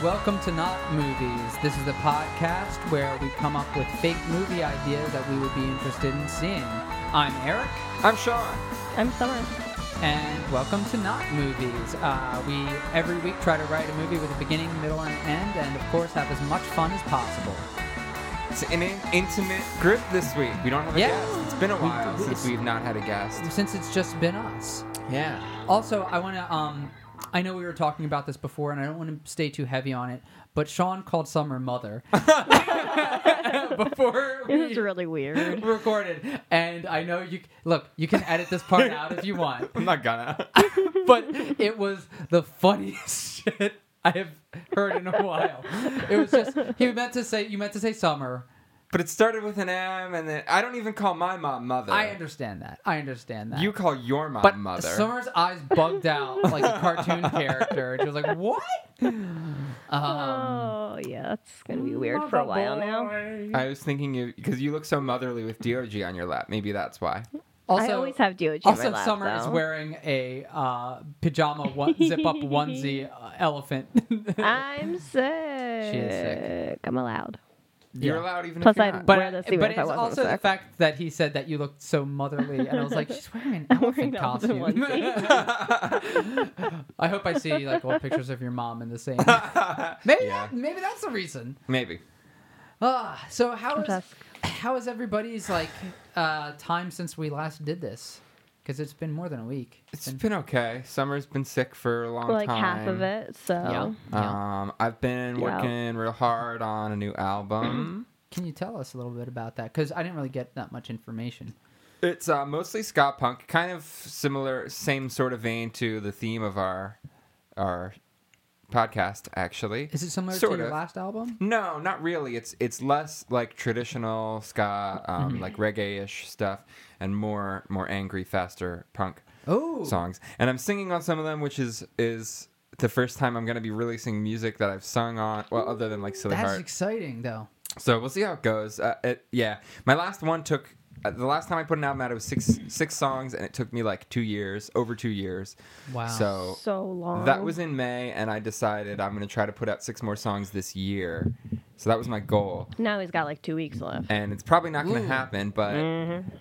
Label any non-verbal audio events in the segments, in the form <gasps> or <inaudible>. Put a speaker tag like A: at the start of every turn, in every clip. A: Welcome to Not Movies. This is the podcast where we come up with fake movie ideas that we would be interested in seeing. I'm Eric,
B: I'm Sean.
C: I'm Summer.
A: and welcome to Not Movies. Uh, we every week try to write a movie with a beginning, middle, and end, and of course have as much fun as possible.
B: It's an in- intimate group this week. We don't have a
A: Yeah.
B: guest. It's been a
A: We-
B: while
A: we-
B: since we've not had a guest.
A: Since it's just been us.
B: Yeah.
A: Also, I want to. Um, I know we were talking about this before, and I don't want to stay too heavy on it. But Sean called Summer mother <laughs> before we
C: This is really weird.
A: <laughs> Um, recorded, and I know you. Look, you can edit this
B: <laughs>
A: part out if you want,
B: I'm not gonna. <laughs>
A: but it was the funniest <laughs> shit I have heard in a while. It was just he meant to say you meant to say Summer.
B: but it started with an M, and then I don't even call my mom mother.
A: I understand that. I understand that.
B: You call your mom
A: but
B: mother.
A: Summer's eyes bugged out like a
B: <laughs>
A: cartoon character, and she was like,
C: <laughs>
A: "What?" Uh-huh. Um,
C: oh yeah, it's gonna be weird for a while now.
B: I was thinking you because you look so motherly with DOG on your lap. Maybe that's why.
A: also,
C: I always have DOG in my
A: also
C: lap,
A: Summer is
C: though.
A: wearing a uh, pajama one, zip up onesie uh,
C: <laughs>
A: elephant.
C: <laughs> I'm sick.
A: She is
C: I'm allowed.
B: You're
A: Yeah.
B: allowed even
C: Plus
B: if you're
C: I'm-
B: not.
A: But,
C: Wear this even
A: but
C: if I
A: it's
C: wasn't
A: also the
C: sick.
A: fact that he said that you looked so motherly, and I was like, she's wearing an
C: <laughs> I'm
A: elephant
C: wearing an
A: costume.
C: elephant
A: <laughs> I hope I see like old pictures of your mom in the
B: <laughs>
A: same. Maybe that, maybe that's the reason.
B: Maybe.
A: Ah, so how is
C: Fantastic.
A: how is everybody's like uh, time since we last did this? Because it's been more than a week.
B: It's been okay. Summer's been sick for a long
C: Like
B: time.
C: half of it. So
A: yeah. yeah.
B: Um, I've been
C: Yeah.
B: working real hard on a new album.
A: Can you tell us a little bit about that? Because I didn't really get that much information.
B: It's uh, mostly ska punk, kind of similar, same sort of vein to the theme of our our podcast. Actually,
A: Is it similar to
B: Sort
A: your
B: of.
A: last album?
B: no, not really. It's it's less like traditional ska, um,
A: Mm-hmm.
B: like reggae ish stuff, and more more angry, faster punk
A: Oh,
B: songs. And I'm singing on some of them, which is is the first time I'm going to be releasing music that I've sung on. Well, other than like Silly
A: that's
B: Heart.
A: exciting though.
B: So we'll see how it goes. Uh, it, yeah, my last one took. Uh, the last time I put an album out, it was six six songs, and it took me like two years, over two years.
A: Wow.
B: So
C: So long.
B: that was in May, and I decided I'm going to try to put out six more songs this year. So that was my goal,
C: now he's got like two weeks left.
B: and it's probably not going
A: Ooh.
B: to happen, but
C: Mm.
A: Mm-hmm.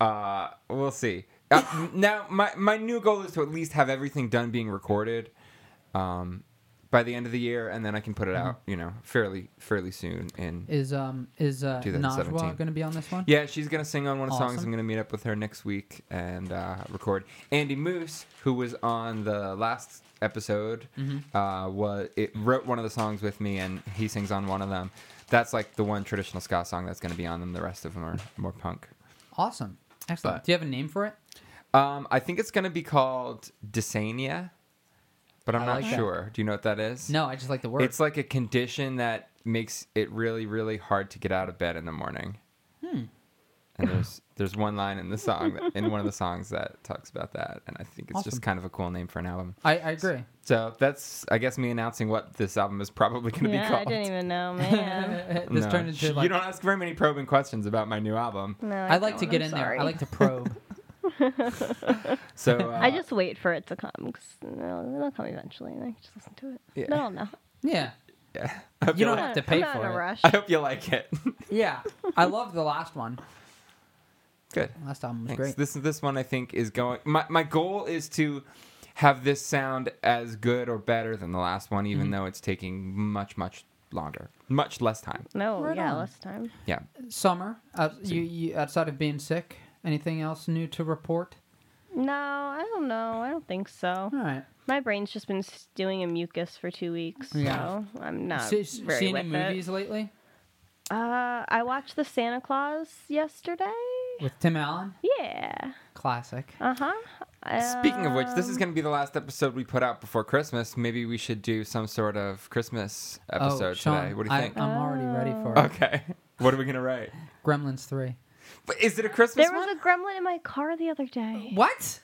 B: uh, we'll see. Uh, m- now, my my new goal is to at least have everything done being recorded. Um, by the end of the year, and then I can put it
A: Mm-hmm.
B: out, you know, fairly fairly soon. In
A: Is um is uh,
B: 2017.
A: Najwa going to be on this one?
B: Yeah, she's gonna sing on one of the songs.
A: Awesome.
B: I'm gonna meet up with her next week and uh, record. Andy Moose, who was on the last episode,
A: Mm-hmm.
B: uh, was it wrote one of the songs with me, and he sings on one of them. That's like the one traditional ska song that's gonna be on them. The rest of them are more punk.
A: Awesome. Excellent.
B: But-
A: Do you have a name for it?
B: Um, I think it's gonna be called Dysania, but I'm
A: I
B: not
A: like that.
B: sure. Do you know what that is?
A: No, I just like the word.
B: It's like a condition that makes it really, really hard to get out of bed in the morning. And there's there's one line in the song that, in one of the songs that talks about that, and I think it's
A: Awesome.
B: just kind of a cool name for an album.
A: I, I agree.
B: So that's I guess me announcing what this album is probably going to be
C: yeah, I
B: called.
C: didn't
A: <laughs>
C: even know, man.
A: this
B: <laughs> No.
A: turned into like
B: you don't ask very many probing questions about my new album.
C: No,
A: I like to
C: don't.
A: get
C: I'm
A: in there. I
C: sorry.
A: like to
B: <laughs>
A: probe.
B: So uh,
C: I just wait for it to come because no, it'll come eventually, and I can just listen to it.
B: Yeah.
C: No, no.
A: yeah.
B: yeah. I hope
A: You <laughs>
B: you,
A: don't
B: like,
A: have to pay
C: I'm not
A: for
C: in
A: it. <laughs>
C: a rush.
B: <laughs> I hope you like it. <laughs>
A: Yeah. I loved the last one.
B: Good.
A: Last album was
B: Thanks.
A: great.
B: This this one I think is going. My my goal is to have this sound as good or better than the last one, even though it's taking much much longer, much less time.
C: No,
A: Right
C: yeah,
A: on.
C: last time.
B: Yeah.
A: Summer, uh, you, you outside of being sick, anything else new to report?
C: No, I don't know. I don't think so.
A: All right.
C: My brain's just been stewing in mucus for two weeks,
A: Yeah.
C: so I'm not
A: See,
C: Uh, very
A: see any
C: with
A: movies lately
C: it. Uh, I watched the Santa Claus yesterday.
A: with Tim Allen?
C: Yeah.
A: Classic.
C: Uh-huh. Uh
B: Speaking of which, this
A: Um.
B: is going to be the last episode we put out before Christmas. Maybe we should do some sort of Christmas episode
A: oh, Sean,
B: today. What do you
A: I,
B: think?
A: I'm already ready for it.
B: <laughs> okay. What are we going to write?
A: Gremlins 3.
B: But is it a Christmas
C: There
B: one?
C: was a gremlin in my car the other day.
A: <laughs> What?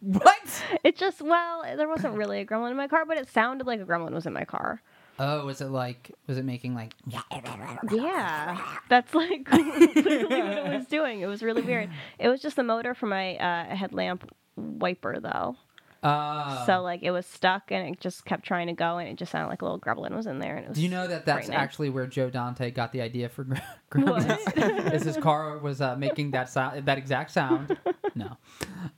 A: what?
C: It just well, there wasn't really a gremlin in my car, but it sounded like a gremlin was in my car.
A: Oh, was it like, was it making like,
C: Yeah, that's like <laughs> literally what it was doing. It was really weird. It was just the motor for my uh, headlamp wiper, though.
A: Uh,
C: so like it was stuck and it just kept trying to go and it just sounded like a little gremlin was in there. And it was
A: do you know that that's
C: frightening.
A: actually where Joe Dante got the idea for
C: <laughs>
A: Gre-
C: What?
A: Gremlins? <laughs> is his car was uh, making that sound, that exact sound? No.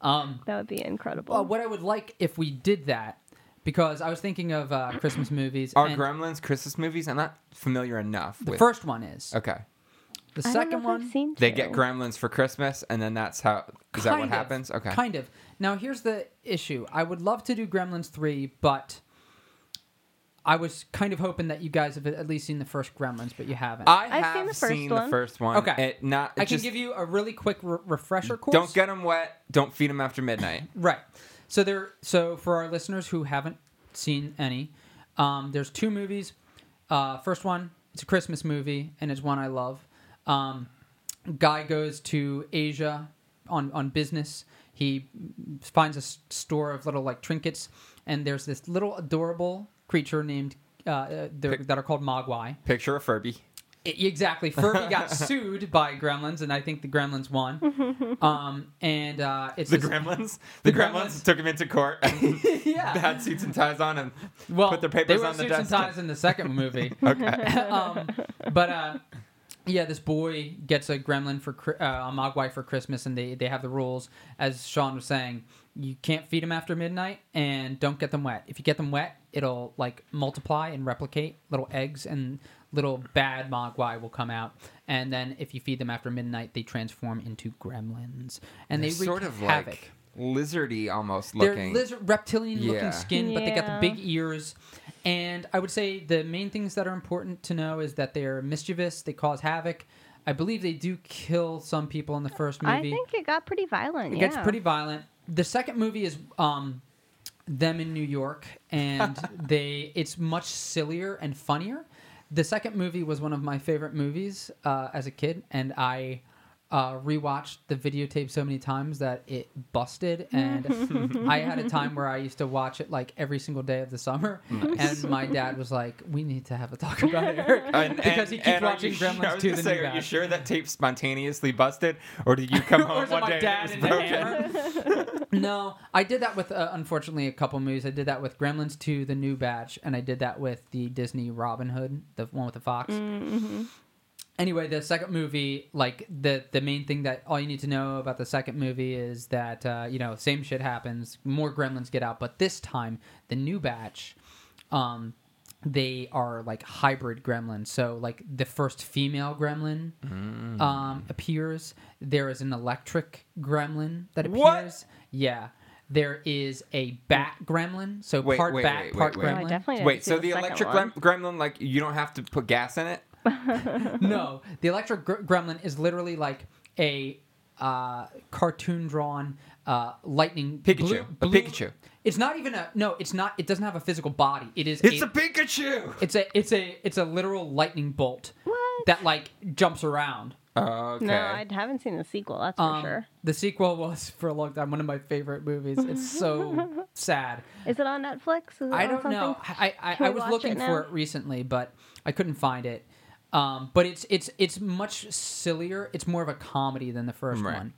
A: Um,
C: that would be incredible.
A: well, what I would like if we did that, because I was thinking of uh, Christmas movies.
B: Are
A: and
B: Gremlins Christmas movies? I'm not familiar enough
A: the
B: with.
A: first one is
B: okay,
A: the
C: I don't know
A: second
C: if
A: one.
C: I've seen
B: they
C: two.
B: get Gremlins for Christmas, and then that's how. Is that
A: Kind
B: what
A: of.
B: happens? Okay.
A: Kind of. Now, here's the issue. I would love to do Gremlins 3, but I was kind of hoping that you guys have at least seen the first Gremlins, but you haven't.
B: I
C: I've
B: have
C: seen the first one.
B: one.
A: Okay.
B: It not. It
A: I can
B: just-
A: give you a really quick re- refresher course.
B: Don't get them wet. Don't feed them after midnight.
A: Right. So there. So for our listeners who haven't seen any, um, there's two movies. Uh, first one, it's a Christmas movie, and it's one I love. Um, guy goes to Asia on on business. He finds a s- store of little like trinkets, and there's this little adorable creature named uh, uh, they're- that are called Mogwai.
B: Picture a Furby.
A: I- exactly. Furby
B: <laughs>
A: got sued by Gremlins, and I think the Gremlins won. um, and uh, it's
B: The
A: this-
B: Gremlins. The,
A: The
B: Gremlins,
A: Gremlins.
B: took him into court. And
A: <laughs>
B: <laughs>
A: Yeah.
B: Had suits and ties on and
A: well,
B: put their
A: they
B: papers
A: were
B: on the
A: suits and
B: desk.
A: ties in the second movie. <laughs> um, but uh, yeah, this boy gets a gremlin for Chri- uh, a mogwai for Christmas, and they they have the rules. As Sean was saying, you can't feed them after midnight, and don't get them wet. If you get them wet, it'll like multiply and replicate little eggs, and little bad mogwai will come out. And then if you feed them after midnight, they transform into gremlins, and they
B: They're
A: wreak
B: sort of
A: havoc.
B: like lizardy almost
A: They're
B: looking.
A: lizard, reptilian
B: Yeah.
A: looking skin, but they got the
C: Yeah.
A: big ears. And I would say the main things that are important to know is that they're mischievous, they cause havoc. I believe they do kill some people in the first movie.
C: I think it got pretty violent.
A: it
C: yeah.
A: gets pretty violent. The second movie is um, them in New York, and they it's much sillier and funnier. The second movie was one of my favorite movies uh, as a kid, and I uh, rewatched the videotape so many times that it busted. And I had a time where I used to watch it like every single day of the summer, and my dad was like, "We need to have a talk about it, Eric,"
B: <laughs> And-
A: <laughs> because
B: and-
A: he keeps
B: and are
A: watching
B: you sure- <laughs> I
A: Gremlins
B: was
A: 2
B: gonna
A: the
B: say,
A: new
B: Are you
A: bad.
B: sure that tape spontaneously busted, or
A: <laughs>
B: did you come
A: Or
B: home
A: is it
B: one
A: my
B: day
A: dad
B: and
A: in
B: it
A: the
B: was broken?
A: <laughs> hammer? no, I did that with uh, unfortunately a couple movies. I did that with Gremlins 2, The New Batch, and I did that with the Disney Robin Hood, the one with the fox. Anyway, the second movie, like the the main thing that all you need to know about the second movie is that uh, you know same shit happens, more Gremlins get out, but this time the New Batch. Um, they are like hybrid gremlins. So like the first female gremlin
B: Mm.
A: um, appears. There is an electric gremlin that appears.
B: What?
A: Yeah. There is a bat gremlin. So
B: Wait,
A: part
B: wait,
A: bat,
B: wait,
A: part
B: wait, wait.
C: Oh, I
A: gremlin.
C: definitely didn't
B: Wait,
C: see
B: so the
C: second
B: electric
C: one.
B: grem- gremlin, like you don't have to put gas in it?
A: no, the electric gr- gremlin is literally like a uh, cartoon drawn uh, lightning
B: Pikachu. A Pikachu.
A: It's not even a no. It's not. It doesn't have a physical body. It is.
B: It's a Pikachu.
A: It's a. It's a. It's a literal lightning bolt
C: What?
A: that like jumps around.
B: Okay.
C: No, I haven't seen the sequel. That's
A: Um,
C: for sure.
A: The sequel was for a long time one of my favorite movies. It's so
C: <laughs>
A: sad.
C: Is it on Netflix? Is it
A: I
C: on
A: don't know.
C: something?
A: I I,
C: Can
A: I
C: we
A: was
C: watch
A: looking
C: it now?
A: for it recently, but I couldn't find it. Um, but it's it's it's much sillier. It's more of a comedy than the first
B: Right.
A: one.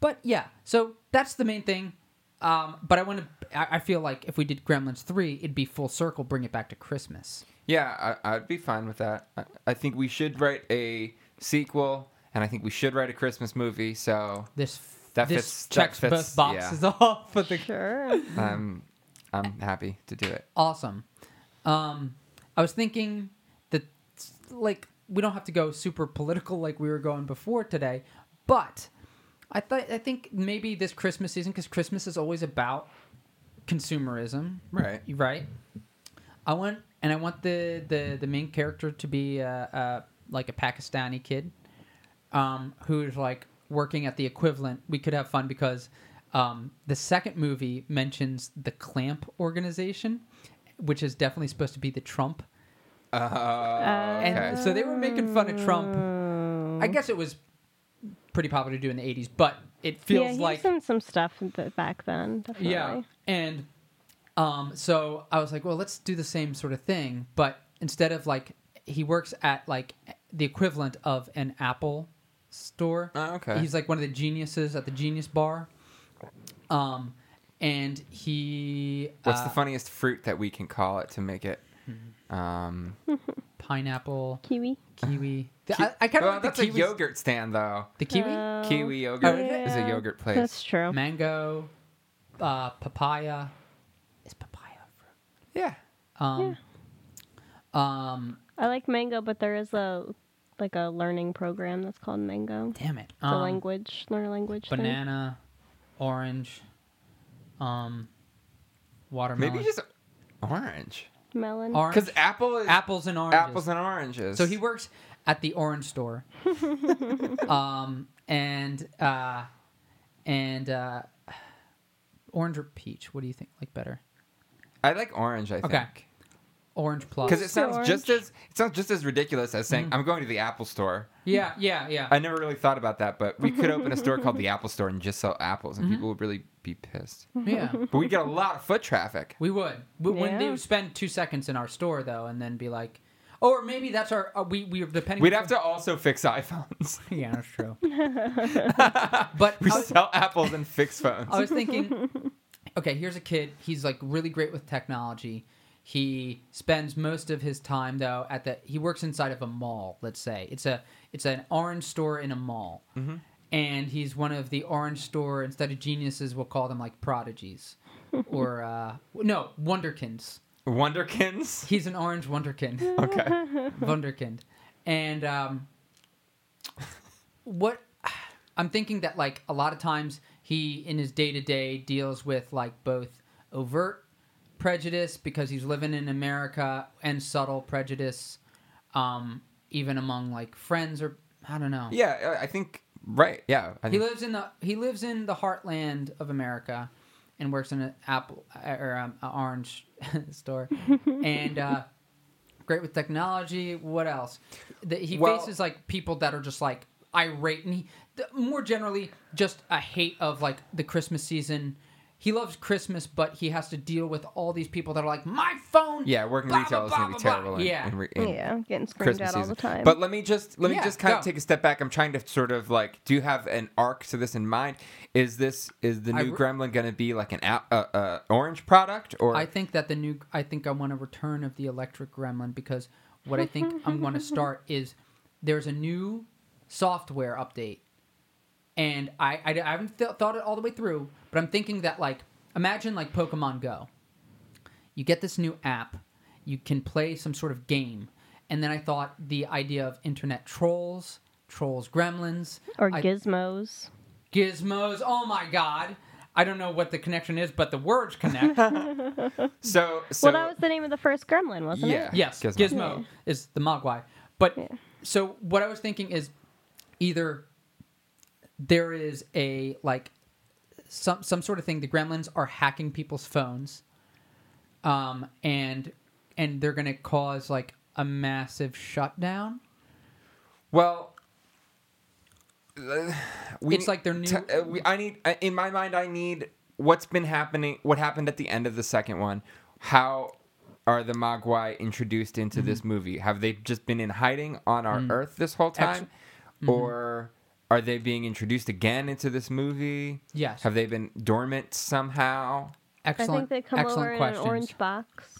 A: But yeah, so that's the main thing. Um, but I want to. I, I feel like if we did Gremlins three, it'd be full circle, bring it back to Christmas.
B: yeah, I, I'd be fine with that. I, I think we should write a sequel, and I think we should write a Christmas
A: <clears throat>
B: movie. So
A: This
B: That
A: this
B: fits- that
A: checks both
B: fits, yeah.
A: boxes <laughs> off for the
C: Sure.
B: um, I'm happy to do it.
A: awesome. Um, I was thinking that like we don't have to go super political like we were going before today, but I thought I think maybe this Christmas season because Christmas is always about consumerism,
B: Right.
A: Right. I want and I want the the the main character to be uh, uh, like a Pakistani kid um, who's like working at the equivalent, we could have fun because um, the second movie mentions the Clamp organization, which is definitely supposed to be the Trump.
B: Uh,
A: And
B: okay.
A: so they were making fun of Trump. I guess it was pretty popular to do in the 80s, but it <laughs>
C: yeah,
A: feels
C: he
A: like.
C: was in some stuff b- back then. Definitely.
A: Yeah. And um, so I was like, well, let's do the same sort of thing, but instead of like, he works at like the equivalent of an Apple store.
B: Oh, okay.
A: He's like one of the geniuses at the Genius Bar. Um, and he
B: What's
A: uh, Hmm.
B: the funniest fruit that we can call it to make it? Um,
A: pineapple
C: Kiwi.
A: kiwi. The- I, I kind of
B: well,
A: like
B: oh, that's
A: the
B: a
A: kiwi.
B: yogurt stand though.
A: The kiwi,
C: Oh,
B: Kiwi yogurt
A: yeah.
B: is a yogurt place.
C: That's true.
A: mango, uh, papaya. Is papaya a
B: yeah.
A: fruit? Um, um,
C: I like mango, but there is a like a learning program that's called mango.
A: damn it.
C: The
A: Um,
C: language, learn a language thing.
A: banana, orange, um, watermelon.
B: Maybe just orange.
C: Melon.
A: Orange.
B: Because apple is
A: apples and oranges.
B: apples and oranges.
A: So he works at the orange store. um, and uh, and uh, orange or peach? What do you think? Like better?
B: I like orange. I think.
A: Okay. Orange plus.
B: Because it sounds
C: Orange.
B: just as it sounds just as ridiculous as
A: Hmm.
B: saying I'm going to the Apple Store.
A: yeah, yeah, yeah.
B: I never really thought about that, but we could open a
A: <laughs>
B: store called the Apple Store and just sell apples, and
A: Mm-hmm.
B: people would really be pissed.
A: yeah.
B: But we get a lot of
A: <laughs>
B: foot traffic.
A: We would. We, When they
C: Yeah.
A: would spend two seconds in our store though, and then be like, oh, or maybe that's our. Uh, we we depending.
B: We'd have to also fix iPhones. <laughs>
A: <laughs> Yeah, that's true. but
B: We
A: I was-
B: sell apples and fix phones.
A: <laughs> I was thinking, okay, here's a kid. He's like really great with technology. He spends most of his time though at the. He works inside of a mall. Let's say it's a it's an orange store in a mall, and he's one of the orange store instead of geniuses. We'll call them like prodigies, or uh, no wonderkins. <laughs>
B: Wonderkins.
A: He's an orange wonderkind.
B: Okay.
A: <laughs> Wunderkind. And um, what I'm thinking that like a lot of times he in his day to day deals with like both overt prejudice because he's living in America and subtle prejudice, um, even among like friends or I don't know.
B: Yeah, I- I think right. Yeah, I
A: He
B: think,
A: lives in the he lives in the heartland of America, and works in an apple or um, an orange <laughs> store, and uh, great with technology. What else? The, he
B: Well-
A: faces like people that are just like irate, and he the, more generally just a hate of like the Christmas season. He loves Christmas, but he has to deal with all these people that are like my phone.
B: yeah. Working
A: blah,
B: retail
A: blah,
B: is gonna be
A: blah, blah, blah."
B: terrible. in-
A: yeah,
B: in re- in
C: Yeah, getting screamed
B: Christmas
C: at
B: season.
C: all the time.
B: But let me just let me
A: Yeah,
B: just kind
A: go.
B: of take a step back. I'm trying to sort of like, do you have an arc to this in mind? Is this is the
A: I
B: new
A: re-
B: Gremlin going to be like an a- uh, uh, orange product or
A: I think that the new. I think I want a return of the electric gremlin because what I think I'm going to start is there's a new software update, and I I, I haven't th- thought it all the way through, but I'm thinking that like imagine like Pokemon Go, you get this new app, you can play some sort of game, and then I thought the idea of internet trolls, trolls, gremlins,
C: or
A: I-
C: gizmos.
A: gizmos. Oh my god. I don't know what the connection is, but the words connect.
B: so so?
C: well, that was the name of the first gremlin, wasn't
B: yeah,
C: it?
A: Yes, Gizmo, is the Mogwai. But
C: Yeah.
A: so what I was thinking is either there is a like some some sort of thing. The Gremlins are hacking people's phones, um, and and they're gonna cause like a massive shutdown.
B: Well, <sighs> uh, we
A: It's like their new-
B: t- uh, we, I need uh, in my mind. I need what's been happening. What happened at the end of the second one? How are the Mogwai introduced into
A: Mm-hmm.
B: this movie? Have they just been in hiding on our Earth this whole time,
A: Mm-hmm.
B: or are they being introduced again into this movie?
A: Yes.
B: Have they been dormant somehow?
C: I
A: Excellent,
C: think they come
A: excellent
C: over in an
A: questions.
C: orange box.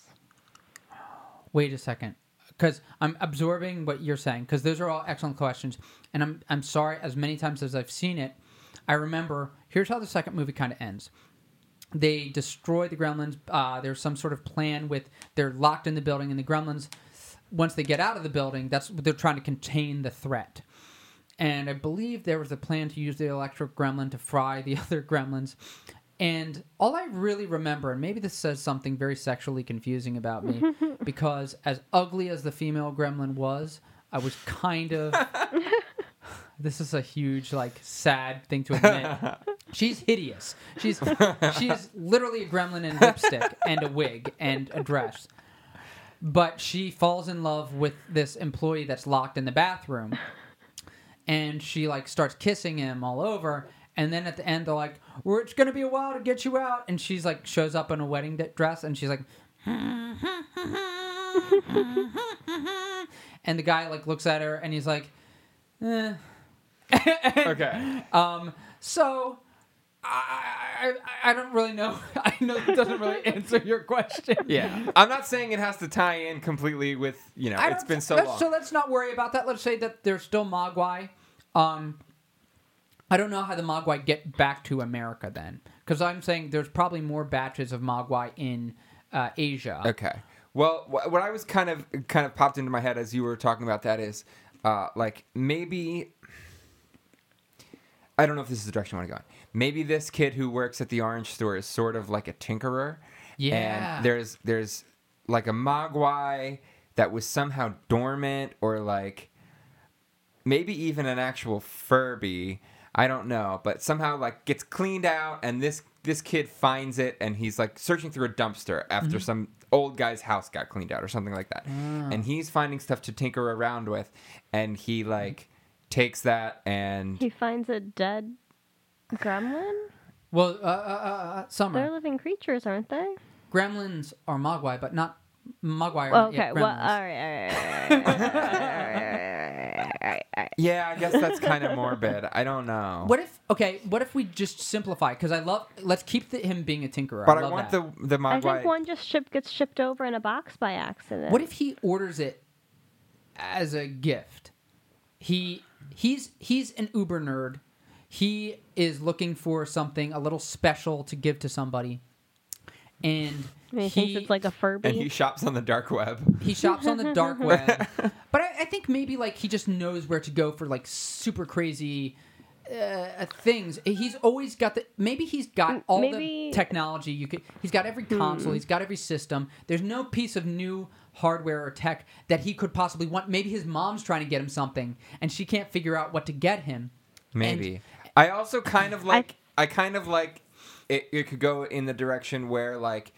A: Wait a second, because I'm absorbing what you're saying. Because those are all excellent questions, and I'm I'm sorry. As many times as I've seen it, I remember. Here's how the second movie kind of ends. They destroy the gremlins. Uh, there's some sort of plan with they're locked in the building, and the gremlins. Once they get out of the building, that's they're trying to contain the threat. And I believe there was a plan to use the electric gremlin to fry the <laughs> other gremlins. And all I really remember, and maybe this says something very sexually confusing about me, because as ugly as the female gremlin was, I was kind of. this is a huge, like, sad thing to admit. She's hideous. She's she's literally a gremlin in lipstick and a wig and a dress. But she falls in love with this employee that's locked in the bathroom and she like starts kissing him all over and then at the end they're like we're it's gonna be a while to get you out and she's like shows up in a wedding d- dress and she's like <laughs> and the guy like looks at her and he's like eh.
B: Okay.
A: so I, I, I don't really know. <laughs> I know it doesn't really answer your question.
B: <laughs> Yeah, I'm not saying it has to tie in completely with you know.
A: I
B: It's
A: don't-
B: been so
A: let's-
B: long.
A: So let's not worry about that. Let's say that they're still Mogwai. Um, I don't know how the Mogwai get back to America then, because I'm saying there's probably more batches of Mogwai in uh, Asia.
B: Okay. Well, wh- what I was kind of kind of popped into my head as you were talking about that is, uh, like maybe I don't know if this is the direction I want to go. In. Maybe this kid who works at the orange store is sort of like a tinkerer.
A: Yeah.
B: And there's there's like a mogwai that was somehow dormant or like maybe even an actual Furby. I don't know, but somehow like gets cleaned out, and this this kid finds it, and he's like searching through a dumpster after
A: Mm-hmm.
B: some old guy's house got cleaned out or something like that,
A: Ah.
B: and he's finding stuff to tinker around with, and he like takes that and
C: He finds a dead gremlin.
A: Well, uh, uh, uh, uh,
C: They're
A: Summer,
C: living creatures, aren't they?
A: gremlins are Mogwai, but not Mogwai. Are
C: Well,
A: not
C: okay.
A: yet
C: Well, all
A: gremlins.
C: right, all right, all right, all right, all right, all right, all right, all right, all right, all right.
B: yeah, I guess that's kind of morbid. I don't know.
A: What if okay? What if we just simplify? Because I love. Let's keep the, him being a tinkerer.
B: but I,
A: love
B: want
A: that.
B: the the
C: I
B: mogwai.
C: think one just ship gets shipped over in a box by accident.
A: What if he orders it as a gift? He he's he's an Uber nerd. He is looking for something a little special to give to somebody, and
C: I
A: he
C: mean, he, thinks it's like a Furby.
B: and he shops on the dark web.
A: he shops on the dark web. But I, I think maybe like he just knows where to go for like super crazy. Uh, things he's always got the maybe he's got all
C: maybe-
A: the technology you could he's got every console he's got every system there's no piece of new hardware or tech that he could possibly want maybe his mom's trying to get him something and she can't figure out what to get him
B: Maybe. I also kind of like. I, kind of like. It, it could go in the direction where like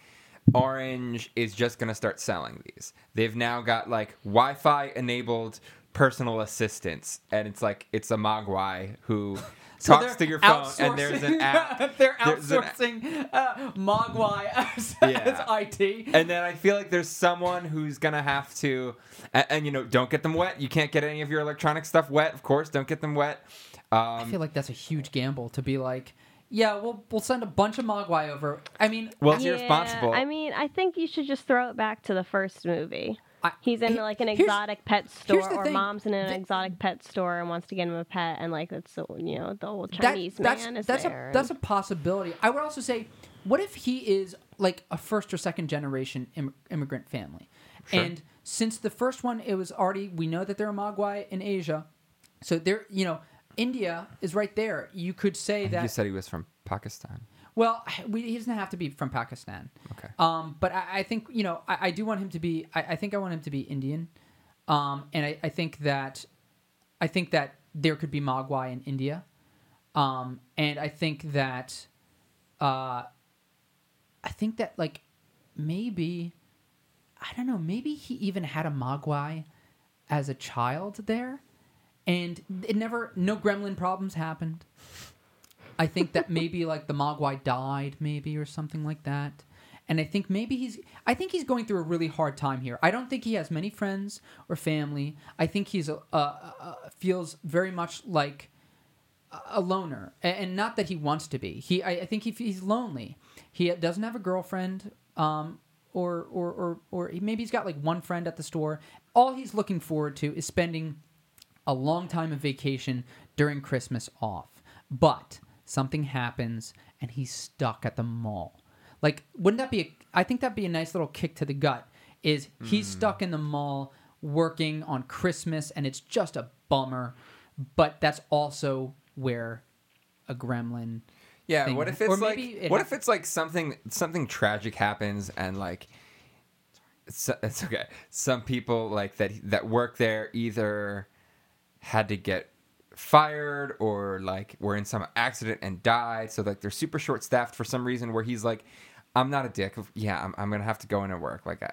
B: Orange is just going to start selling these. They've now got like Wi-Fi enabled personal assistants, and it's like it's a Mogwai who
A: <laughs> So
B: talks
A: they're
B: to your phone, and there's
A: outsourcing- <laughs>
B: an app.
A: they're
B: There's an-
A: outsourcing uh, mogwai <laughs> as,
B: Yeah.
A: as it
B: And then I feel like there's someone who's gonna have to, and, and you know, don't get them wet. You can't get any of your electronic stuff wet, of course. Don't get them wet. Um,
A: I feel like that's a huge gamble to be like, yeah, we'll we'll send a bunch of Mogwai over. I mean,
B: well, it's irresponsible.
C: I mean, I think you should just throw it back to the first movie.
A: I-
C: He's in
A: he-
C: like an
A: here's-
C: exotic pet store,
A: the
C: or
A: thing.
C: mom's in an
A: The-
C: exotic pet store and wants to get him a pet, and like that's the you know the old Chinese
A: that's,
C: man is
A: that's
C: there.
A: A, that's a possibility. I would also say, what if he is like a first or second generation Im- immigrant family,
B: Sure.
A: and since the first one, it was already we know that there are Mogwai in Asia, so there you know India is right there. You could say
B: you
A: that.
B: said he was from Pakistan.
A: well, we, he doesn't have to be from Pakistan.
B: Okay.
A: Um, but I, I think you know I, I do want him to be. I, I think I want him to be Indian, um, and I, I think that I think that there could be Mogwai in India, um, and I think that uh, I think that like maybe I don't know. Maybe he even had a Mogwai as a child there, and it never no gremlin problems happened. I think that maybe like the Mogwai died, maybe or something like that. And I think maybe he's I think he's going through a really hard time here. I don't think he has many friends or family. I think he's uh, uh, uh, feels very much like a loner, A- and not that he wants to be. He, I, I think he, f- he's lonely. He doesn't have a girlfriend, um, or or or or he- maybe he's got like one friend at the store. All he's looking forward to is spending a long time of vacation during Christmas off. But something happens, and he's stuck at the mall. Like, wouldn't that be? A, I think that'd be a nice little kick to the gut. Is he's
B: Mm.
A: stuck in the mall working on Christmas, and it's just a bummer. But that's also where a gremlin.
B: Yeah,
A: thing.
B: what if
A: Or
B: it's like
A: maybe it
B: what if
A: happened.
B: it's like something something tragic happens and like it's, it's okay. Some people like that that work there either had to get fired or like were in some accident and died, so like they're super short staffed for some reason. Where he's like, I'm not a dick. Yeah, I'm, I'm gonna have to go into work. Like I,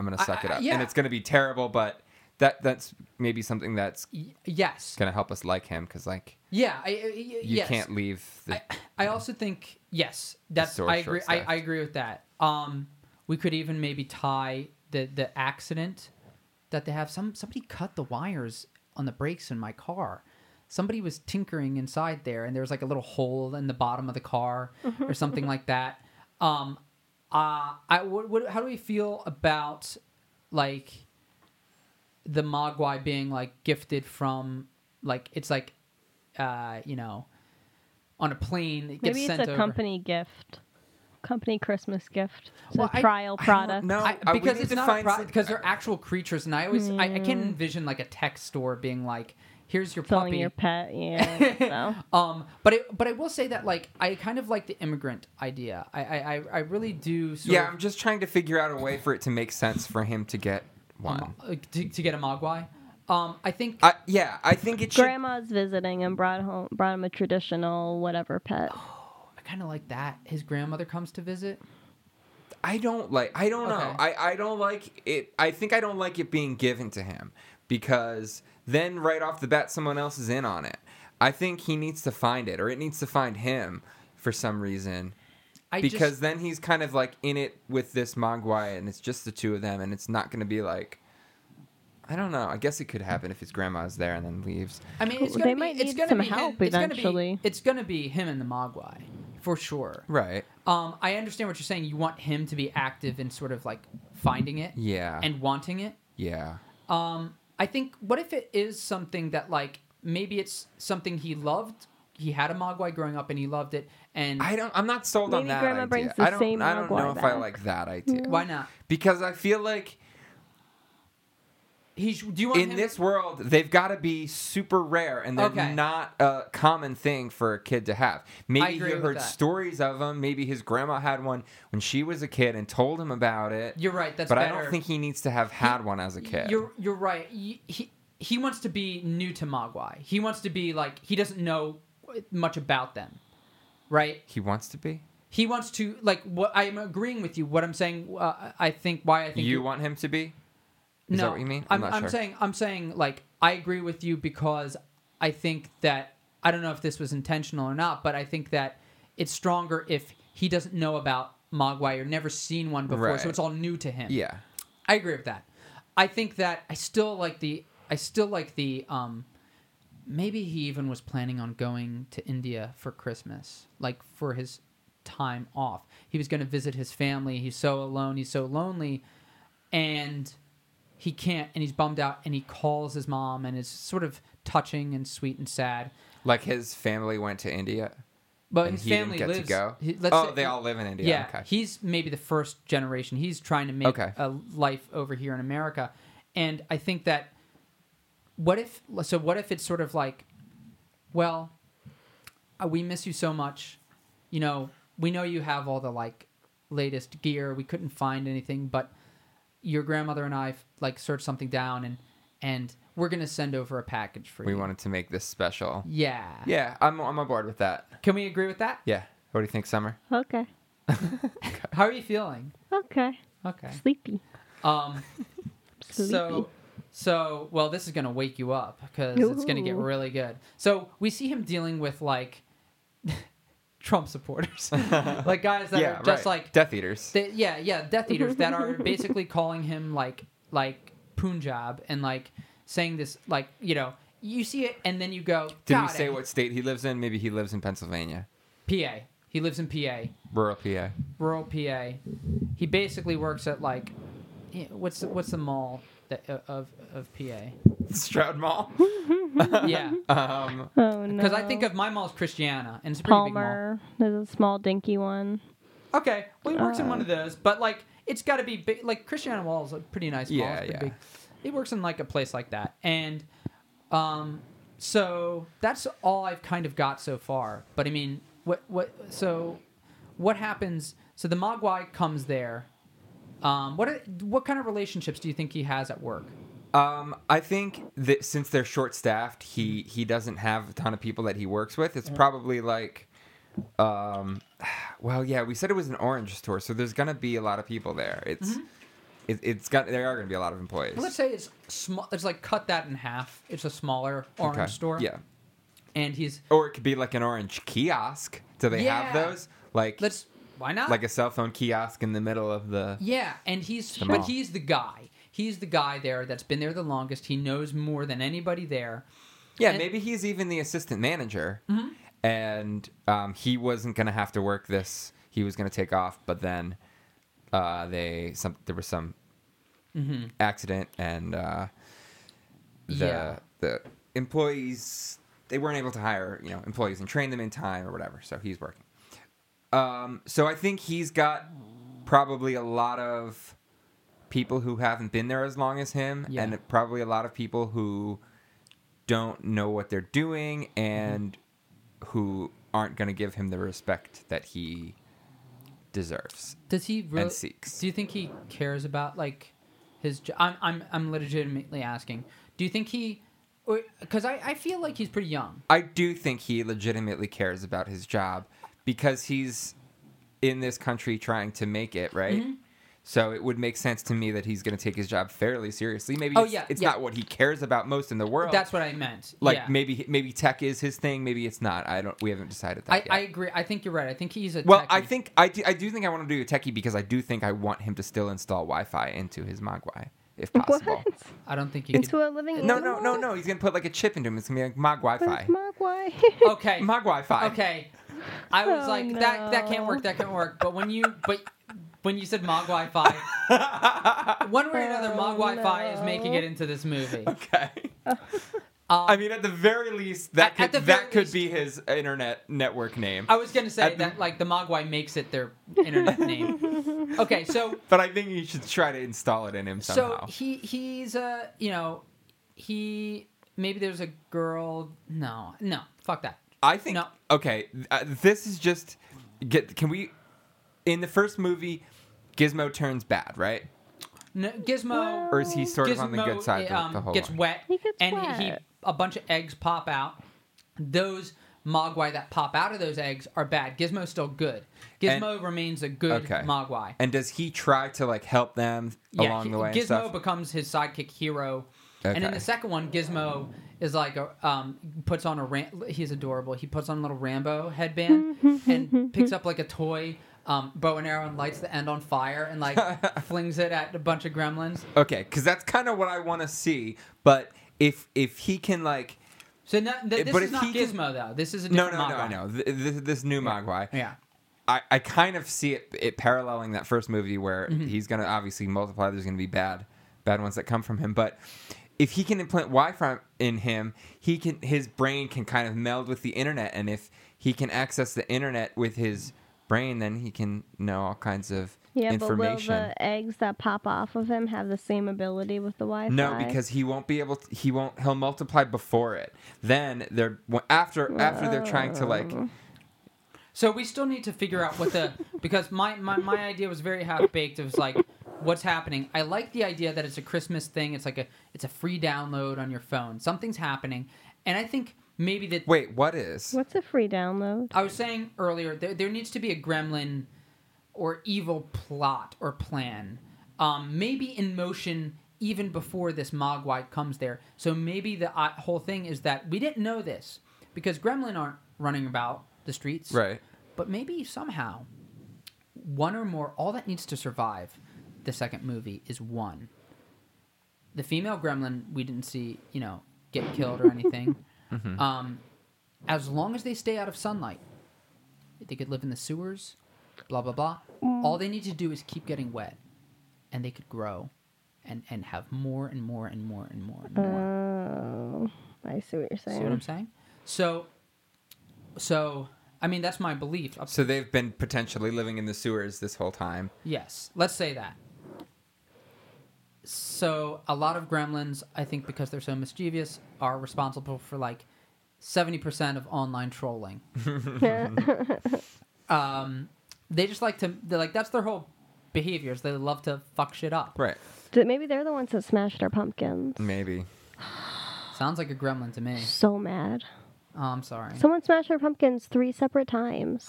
B: I'm gonna suck it
A: I-
B: up,
A: yeah.
B: and it's gonna be terrible. But that that's maybe something that's
A: Y- yes.
B: gonna help us like him because like
A: Yeah. I, I,
B: you
A: yes.
B: can't leave. The,
A: I, I also think yes, that's
B: store
A: I agree. I,
B: short-staffed.
A: I agree with that. Um, we could even maybe tie the the accident that they have. Some somebody cut the wires on the brakes in my car, somebody was tinkering inside there, and there was like a little hole in the bottom of the car or something like that. Um, uh, I what, what, how do we feel about like the Mogwai being like gifted from like it's like uh, you know on a plane it gets
C: Maybe it's
A: sent
C: a
A: over.
C: company gift, company Christmas gift. It's
A: Well,
C: a
A: I-
C: trial product.
B: No,
A: I,
B: uh, we
A: because
B: need
A: it's
B: to
A: not
B: find
A: because
B: some-
A: they're actual creatures, and I always I, I can envision like a tech store being like, "Here's your
C: Mm. Selling
A: puppy." <laughs>
C: your pet, yeah. so.
A: um, but it, but I will say that like I kind of like the immigrant idea. I I, I- I really do. Sort
B: Yeah,
A: of,
B: I'm just trying to figure out a way for it to make sense for him to get one.
A: uh, to, to get a mogwai. Um, I think
B: I, yeah, I think it should.
C: Grandma's visiting and brought home brought him a traditional whatever pet.
A: I kind of like that. His grandmother comes to visit.
B: I don't like. I don't know.
A: Okay.
B: I, I don't like it. I think I don't like it being given to him because then right off the bat, someone else is in on it. I think he needs to find it, or it needs to find him for some reason.
A: I
B: because
A: just,
B: then he's kind of like in it with this Mogwai, and it's just the two of them, and it's not going to be like. I don't know. I guess it could happen if his grandma's there and then leaves.
A: I mean, it's
C: They
A: gonna be,
C: might
A: it's
C: need
A: gonna
C: some
A: be him-
C: help
A: it's gonna be-
C: eventually.
A: it's gonna be him and the mogwai for sure.
B: Right.
A: Um, I understand what you're saying. You want him to be active in sort of like finding it
B: Yeah.
A: and wanting it.
B: yeah.
A: Um, I think what if it is something that like maybe it's something he loved. He had a Mogwai growing up and he loved it. And
B: I don't. I'm not sold on
C: Maybe
B: that
C: grandma
B: idea.
C: brings the
B: I don't.
C: same
B: I don't
C: Mogwai
B: know if I
C: back. Mm-hmm.
B: like that idea
A: why not?
B: because I feel like
A: He sh- do you want
B: in
A: him-
B: this world they've got to be super rare and they're
A: Okay.
B: not a common thing for a kid to have maybe you
A: agree with
B: heard
A: that.
B: stories of them maybe his grandma had one when she was a kid and told him about it
A: You're right. That's
B: but
A: better.
B: i don't think he needs to have had one as a kid
A: You're you're right. He, he he wants to be new to Mogwai. He wants to be like he doesn't know much about them, right?
B: he wants to be
A: He wants to like what I'm agreeing with you. What I'm saying, uh, I think why I think
B: you
A: you're-
B: want him to be
A: no,
B: Is that what you mean?
A: I'm,
B: I'm not sure.
A: saying I'm saying like I agree with you because I think that I don't know if this was intentional or not, but I think that it's stronger if he doesn't know about Mogwai or never seen one before,
B: Right.
A: so it's all new to him.
B: yeah
A: I agree with that. I think that I still like the I still like the um maybe he even was planning on going to India for Christmas, like for his time off. He was going to visit his family. He's so alone, he's so lonely and he can't and he's bummed out and he calls his mom and it's sort of touching and sweet and sad.
B: like his family went to india
A: But
B: and
A: his
B: he
A: family
B: didn't get
A: lives
B: to go
A: he- let's
B: oh
A: say-
B: they all live in india
A: yeah,
B: okay
A: he's maybe the first generation. He's trying to make
B: Okay.
A: a life over here in America, and I think that what if so? What if it's sort of like, well, uh, we miss you so much. You know, we know you have all the like latest gear. We couldn't find anything, but your grandmother and I like searched something down, and and we're gonna send over a package for
B: we
A: you.
B: wanted to make this special
A: yeah,
B: yeah i'm, I'm aboard with that
A: Can we agree with that?
B: yeah what do you think summer
C: Okay,
B: Uh,
A: How are you feeling?
C: okay.
A: Okay.
C: Sleepy. <laughs>
A: Um.
C: Sleepy.
A: So, so well, this is gonna wake you up because it's gonna get
C: Ooh.
A: really good. So we see him dealing with like <laughs> Trump
C: <laughs>
A: supporters, like guys that
B: yeah
A: are just
B: right.
A: like,
B: death eaters
A: they, yeah, yeah, Death Eaters that
C: <laughs>
A: are basically calling him like like Punjab and like saying this like you know you see it and then you go.
B: Did we
A: "Got
B: say
A: it,
B: what state he lives in? Maybe he lives in Pennsylvania,
A: PA? He lives in PA,
B: rural PA.
A: rural PA. He basically works at like yeah, what's the, what's the mall that uh, of of PA?
B: Stroud Mall.
C: <laughs>
A: Yeah.
B: Um,
C: oh no.
A: Because I think of my mall as Christiana, and it's a pretty
C: Palmer. There's a small dinky one.
A: big mall. Okay, well, he works in
C: Uh.
A: one of those, but like it's got to be big. Like Christiana Mall is a pretty nice mall.
B: Yeah,
A: it's pretty
B: yeah.
A: Big. He works in like a place like that, and um, so that's all I've kind of got so far. But I mean, what what so what happens? So the Mogwai comes there. Um, what are, what kind of relationships do you think he has at work?
B: um, I think that since they're short staffed, he he doesn't have a ton of people that he works with. It's probably like, um, well, yeah, we said it was an orange store, so there's gonna be a lot of people there. It's it, it's got there are gonna be a lot of employees.
A: Mm-hmm. Let's say it's small. It's like cut that in half. It's a smaller orange
B: Okay.
A: store.
B: Yeah,
A: and he's
B: or it could be like an orange kiosk. Do they have
A: Yeah.
B: those? Like
A: let's why not
B: like a cell phone kiosk in the middle of the.
A: Yeah, and he's
B: The
A: but
B: mall.
A: he's the guy. He's the guy there that's been there the longest. He knows more than anybody there.
B: Yeah,
A: And-
B: maybe he's even the assistant manager, and um, he wasn't going to have to work this. He was going to take off, but then uh, they some there was some accident, and uh, the
A: Yeah.
B: the employees they weren't able to hire you know employees and train them in time or whatever. So he's working. Um, so I think he's got probably a lot of people who haven't been there as long as him,
A: Yeah.
B: and probably a lot of people who don't know what they're doing and
A: Mm-hmm.
B: who aren't going to give him the respect that he deserves.
A: Does he really?
B: seeks.
A: Do you think he cares about like his? Jo- I'm I'm I'm legitimately asking. Do you think he? Because I I feel like he's pretty young.
B: I do think he legitimately cares about his job because he's in this country trying to make it, right?
A: Mm-hmm.
B: So it would make sense to me that he's going to take his job fairly seriously. Maybe
A: Oh,
B: it's,
A: yeah,
B: it's
A: yeah.
B: not what he cares about most in the world.
A: That's what I meant.
B: like
A: Yeah.
B: maybe maybe tech is his thing, maybe it's not. I don't. We haven't decided that
A: I,
B: yet.
A: I agree. I think you're right. I think he's a
B: Well,
A: techie.
B: I think I do, I do think I want to do a techie because I do think I want him to still install Wi-Fi into his Mogwai if
C: <laughs>
B: possible.
C: What?
A: I don't think he.
B: It's-
A: Could,
C: To a living
B: No, no,
C: animal?
B: no, no. He's gonna put like a chip into him. It's gonna be like Mog Wi-Fi,
C: That's <laughs> Mogwai.
B: Oh,
A: okay.
B: Mog Wi-Fi.
A: Okay. I was
C: Oh,
A: like that. That can't
C: no.
A: work. That can't work. But when you but when you said Mogwai Fi,
B: <laughs>
A: one way or another,
C: Oh,
A: Mogwai Fi is
C: no.
A: making it into this movie.
B: <laughs> Okay.
A: Um,
B: I mean, at the very least,
A: At-
B: that could,
A: at the
B: that
A: very
B: could be his internet network name.
A: I was gonna say
B: At the-
A: that like the Mogwai makes it their internet
B: <laughs>
A: name. Okay, so
B: but I think you should try to install it in him somehow.
A: So he he's uh you know he maybe there's a girl. No, no, fuck that.
B: I think
A: No.
B: okay. th- Uh, this is just get. Can we? In the first movie, Gizmo turns bad, right?
A: No, Gizmo.
B: Or is he sort
A: Gizmo
B: of on the good side the,
A: um,
B: the whole
A: gets
B: way?
A: wet.
C: He gets
A: and
C: wet.
A: he a bunch of eggs pop out. Those Mogwai that pop out of those eggs are bad. Gizmo's still good. Gizmo remains a good
B: Okay.
A: Mogwai.
B: And does he try to like help them along
A: he-
B: the way?
A: Gizmo
B: and stuff?
A: becomes his sidekick hero, and in
B: Okay.
A: the second one, Gizmo is like a, um, puts on a ram- he's adorable. He puts on a little Rambo headband
C: Mm-hmm.
A: and picks up like a toy um, bow and arrow and lights the end on fire and
B: <laughs>
A: like flings it at a bunch of gremlins.
B: Okay, because that's kind of what I want to see. But if if he can like
A: So no, th- this
B: But
A: is
B: if
A: not
B: he can-
A: Gizmo though. This is a
B: no
A: different
B: no no
A: Mogwai.
B: no th- this, this new Mogwai,
A: Yeah,
B: I, I kind of see it it paralleling that first movie where he's gonna obviously multiply. There's gonna be bad bad ones that come from him, but if he can implant Wi-Fi in him, he can his brain can kind of meld with the internet, and if he can access the internet with his brain, then he can know all kinds of
C: Yeah, but will
B: information.
C: the eggs that pop off of him have the same ability with the Wi-Fi?
B: No, because he won't be able. To, he won't. He'll multiply before it. Then they're w- after after they're trying to like.
A: So we still need to figure out what
B: <laughs>
A: the because my my, my idea was very half baked. It was like what's happening. I like the idea that it's a Christmas thing. It's like a it's a free download on your phone. Something's happening, and I think maybe that
B: Wait, what is?
C: what's a free
B: Uh,
C: download?
A: I was saying earlier there there needs to be a gremlin or evil plot or plan. Um, maybe in motion even before this Mogwai comes there. So maybe the uh, whole thing is that we didn't know this because gremlin aren't running about the streets
B: Right.
A: but maybe somehow one or more all that needs to survive the second movie is one the female gremlin we didn't see you know get killed or anything um, as long as they stay out of sunlight they could live in the sewers blah blah blah all they need to do is keep getting wet and they could grow and, and have more and more and more and more and more
C: Oh, I see what you're saying.
A: see what i'm saying so so i mean that's my belief up
B: So they've been potentially living in the sewers this whole time.
A: Yes, let's say that. So a lot of gremlins, I think, because they're so mischievous, are responsible for like seventy percent of online trolling. um, they just like to. They're like that's their whole behaviors. They love to fuck shit up.
B: Right.
C: Th- Maybe they're the ones that smashed our pumpkins.
B: Maybe.
A: Sounds like a gremlin to me.
C: So mad.
A: Oh, I'm sorry.
C: Someone smashed our pumpkins three separate times.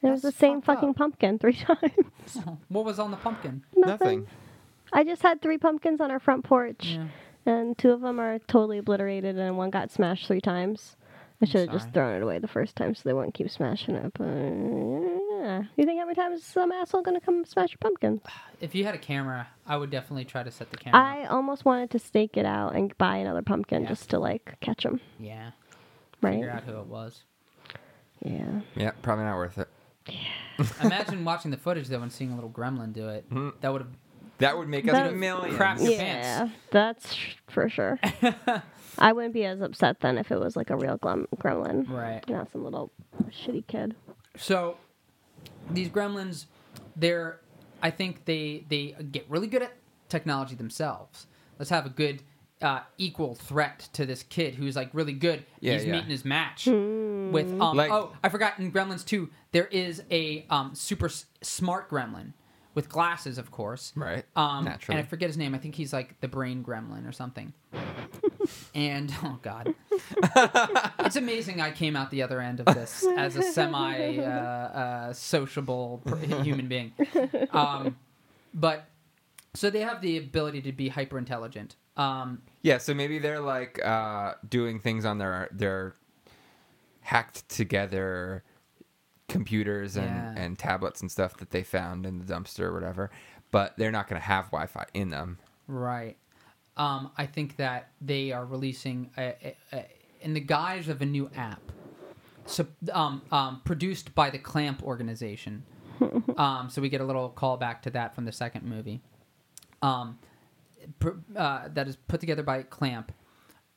C: And it was the
A: That's
C: same
A: fucked up.
C: fucking pumpkin three <laughs> times.
A: <laughs> what was on the pumpkin?
B: Nothing.
C: I just had three pumpkins on our front porch,
A: Yeah.
C: and two of them are totally obliterated, and one got smashed three times. I should have just
A: sorry.
C: thrown it away the first time so they wouldn't keep smashing it. But Yeah. You think every time some asshole gonna come smash your pumpkins?
A: If you had a camera, I would definitely try to set the camera.
C: I almost wanted to stake it out and buy another pumpkin
A: Yeah.
C: just to like catch them,
A: yeah,
C: right?
A: figure out who it was.
C: Yeah.
B: Yeah, probably not worth it.
A: Imagine <laughs> watching the footage though and seeing a little gremlin do it. That would have
B: That would make us
C: That-
B: millions.
A: Crap. Your
C: Yeah,
A: pants.
C: that's sh-
A: <laughs>
C: for sure. I wouldn't be as upset then if it was like a real glum- gremlin,
A: right.
C: not some little shitty kid.
A: So these gremlins, they're I think they they get really good at technology themselves. Let's have a good uh, equal threat to this kid who's like really good.
B: Yeah,
A: He's
B: yeah.
A: meeting his match with um.
B: Like-
A: oh, I forgot in Gremlins too. There is a um super s- smart gremlin with glasses, of course.
B: Right.
A: Um,
B: Naturally.
A: And I forget his name. I think he's like the brain gremlin or something. and oh god, it's amazing. I came out the other end of this as a semi uh, uh, sociable per- human being. Um, but so they have the ability to be hyper intelligent. Um,
B: Yeah, so maybe they're like uh, doing things on their their hacked together computers and,
A: Yeah.
B: and tablets and stuff that they found in the dumpster or whatever, but they're not going to have Wi Fi in them.
A: Right. Um, I think that they are releasing a, a, a, in the guise of a new app, so, um, um, produced by the Clamp organization. um, so we get a little callback to that from the second movie. Um, pr- uh, that is put together by Clamp.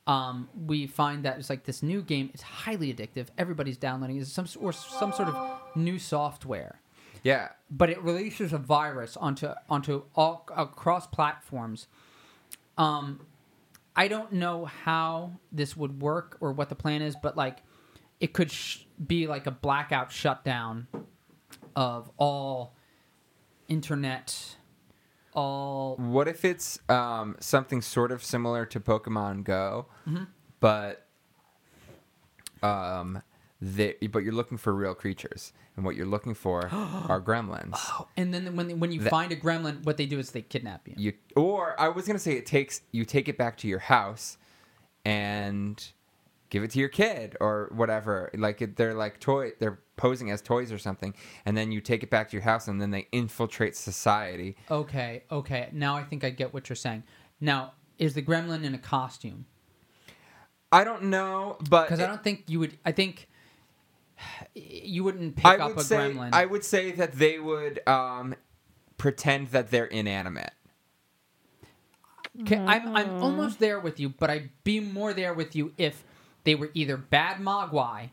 A: Um, we find that it's like this new game. It's highly addictive. Everybody's downloading. It's some s- or some sort of new software
B: Yeah,
A: but it releases a virus onto onto all across platforms. Um, I don't know how this would work or what the plan is, but like, it could sh- be like a blackout shutdown of all internet, all
B: What if it's um, something sort of similar to Pokemon Go,
A: Mm-hmm.
B: but um, they, but you're looking for real creatures, and what you're
A: <gasps>
B: looking for are gremlins.
A: and then when when you
B: That-
A: find a gremlin, what they do is they kidnap you.
B: You or I was gonna say it takes you take it back to your house and give it to your kid or whatever. Like it, they're like toy, they're posing as toys or something, and then you take it back to your house, and then they infiltrate society.
A: Okay, okay, now I think I get what you're saying. Now, is the gremlin in a costume?
B: I don't know, but
A: Because I
B: it-
A: don't think you would. I think you wouldn't pick
B: I
A: up
B: would
A: a
B: say
A: gremlin.
B: I would say that they would um, pretend that they're inanimate.
A: Okay, I'm I'm almost there with you, but I'd be more there with you if they were either bad Mogwai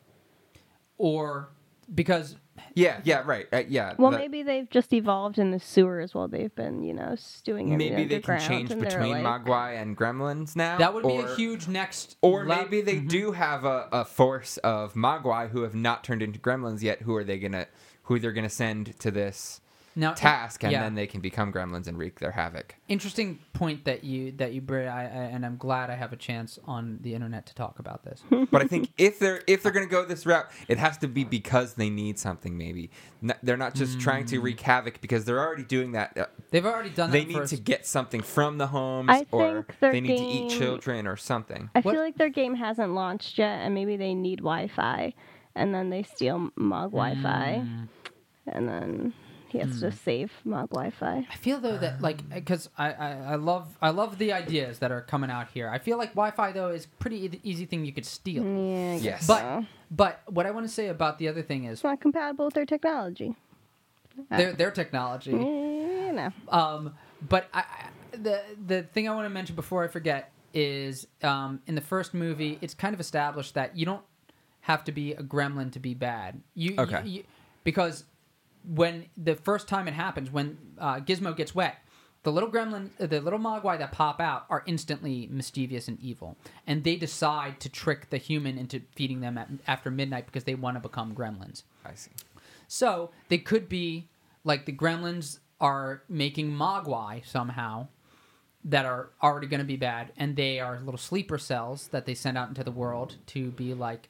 A: or because
B: Yeah, yeah, right, uh, yeah.
C: Well,
B: that-
C: maybe they've just evolved in the sewers while they've been, you know, stewing in the
B: maybe they can
C: underground.
B: change
C: and they're
B: between
C: like,
B: Mogwai and Gremlins now.
A: that would be
B: or-
A: a huge mm-hmm. next.
B: Or
A: lev-
B: maybe they do have a, a force of Mogwai who have not turned into Gremlins yet. Who are they gonna? Who they're gonna send to this
A: now,
B: task, and
A: yeah.
B: then they can become Gremlins and wreak their
C: <laughs>
B: havoc.
A: interesting point that you that you bring. I, I, and I'm glad I have a chance on the internet to talk about
B: <laughs>
A: this.
B: but I think if they're if they're going to go this route, it has to be because they need something. Maybe N- they're not just trying
A: Mm.
B: to wreak havoc because they're already doing that. Uh,
A: They've already done.
B: they
A: that
B: need
A: first.
B: to get something from the homes,
C: I
B: or
C: think their
B: they need to eat
C: game-
B: children or something.
C: I
A: What-
C: feel like their game hasn't launched yet, and maybe they need Wi-Fi, and then they steal Mog Wi-Fi,
B: Mm.
C: and then he has
B: Hmm.
C: to save Mog Wi-Fi.
A: I feel though that like because I, I I love I love the ideas that are coming out here. I feel like Wi-Fi though is pretty e- easy thing you could steal.
C: Mm, Yeah, I guess
B: Yes.
A: But
C: so.
A: but what I want to say about the other thing is
C: it's not compatible with their technology.
A: their their technology.
C: You know,
A: Um, but I, I, the the thing I want to mention before I forget is um, in the first movie, it's kind of established that you don't have to be a gremlin to be bad. You,
B: Okay.
A: you- you- because when the first time it happens, when uh, Gizmo gets wet. The little gremlin, uh, the little mogwai that pop out are instantly mischievous and evil, and they decide to trick the human into feeding them at, after midnight because they want to become gremlins.
B: I see.
A: So they could be like the gremlins are making Mogwai somehow that are already going to be bad, and they are little sleeper cells that they send out into the world to be like,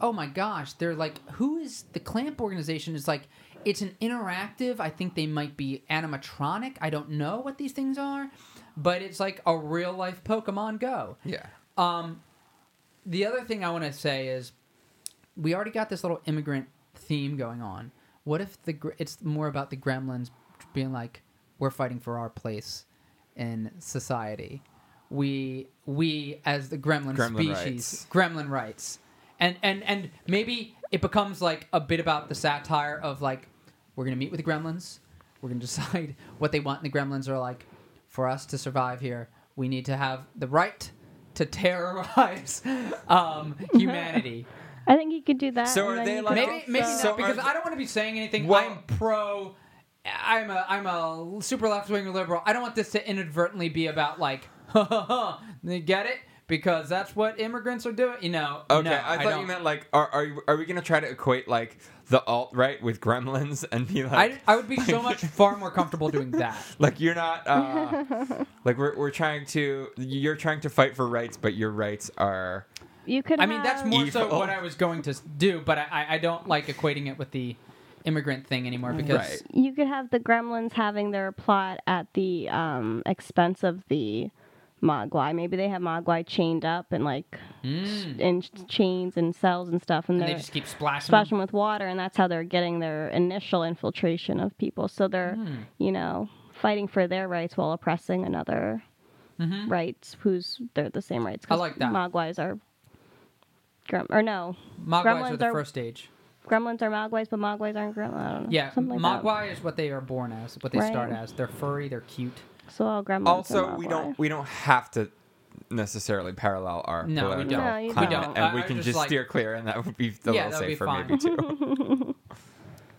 A: oh my gosh, they're like, who is the Clamp organization? Is like, it's an interactive. I think they might be animatronic. I don't know what these things are, but it's like a real life Pokemon Go.
B: Yeah,
A: The other thing I want to say is we already got this little immigrant theme going on What if the gr- it's more about the gremlins being like we're fighting for our place in society. We we as the gremlin,
B: Gremlin
A: species,
B: rights.
A: gremlin rights. And and and maybe it becomes like a bit about the satire of like we're going to meet with the gremlins. We're going to <laughs> decide what they want and the gremlins are like for us to survive here, we need to have the right to terrorize <laughs> um, humanity.
C: I think you could do that.
B: So
C: and
B: are
C: then
B: they
C: you
B: like-
C: could
A: Maybe, maybe
C: also-
B: So
A: not
B: are
A: because
B: th-
A: I don't want to be saying anything.
B: Well-
A: I'm pro. I'm a I'm a super left wing liberal. I don't want this to inadvertently be about like, <laughs> you get it because that's what immigrants are doing. You know.
B: Okay,
A: no,
B: I thought
A: don't.
B: you meant like, are are, you, are we gonna try to equate like the alt right with Gremlins and be like,
A: I, I would be so
B: <laughs>
A: much far more comfortable doing that.
B: like you're not, uh,
C: <laughs>
B: like we're we're trying to, you're trying to fight for rights, but your rights are
C: You could.
A: I mean, that's
C: have-
A: more so
B: Evil.
A: what I was going to s- do, but I, I, I don't like equating it with the immigrant thing anymore because
B: Right.
C: You could have the gremlins having their plot at the um, expense of the Mogwai. Maybe they have Mogwai chained up and like
A: Mm.
C: in chains and cells and stuff, and,
A: and they
C: they're
A: just keep splashing. them.
C: splashing with water, and that's how they're getting their initial infiltration of people. So they're,
A: Hmm.
C: you know, fighting for their rights while oppressing another rights who's they're the same rights. 'cause
A: Mm-hmm. I like that.
C: Mogwais are, grem- or no,
A: Mogwais are
C: Gremlins
A: the
C: are-
A: first stage.
C: gremlins are Mogwais, but Mogwais aren't gremlins. I don't know.
A: Yeah,
C: something like that.
A: Mogwai is what they are born as, what they
C: Right.
A: start as. They're furry, they're cute.
C: So all gremlins. are
B: also we
C: Mogwai.
B: don't we don't have to necessarily parallel our
A: No, we
B: political
A: don't.
C: No, you
B: climate,
C: don't.
B: and
A: I-
B: we
A: I
B: can
A: just
B: just,
A: like-
B: steer clear, and that would be a
A: Yeah,
B: little
A: that'd be
B: safer
A: fine.
B: maybe <laughs> too.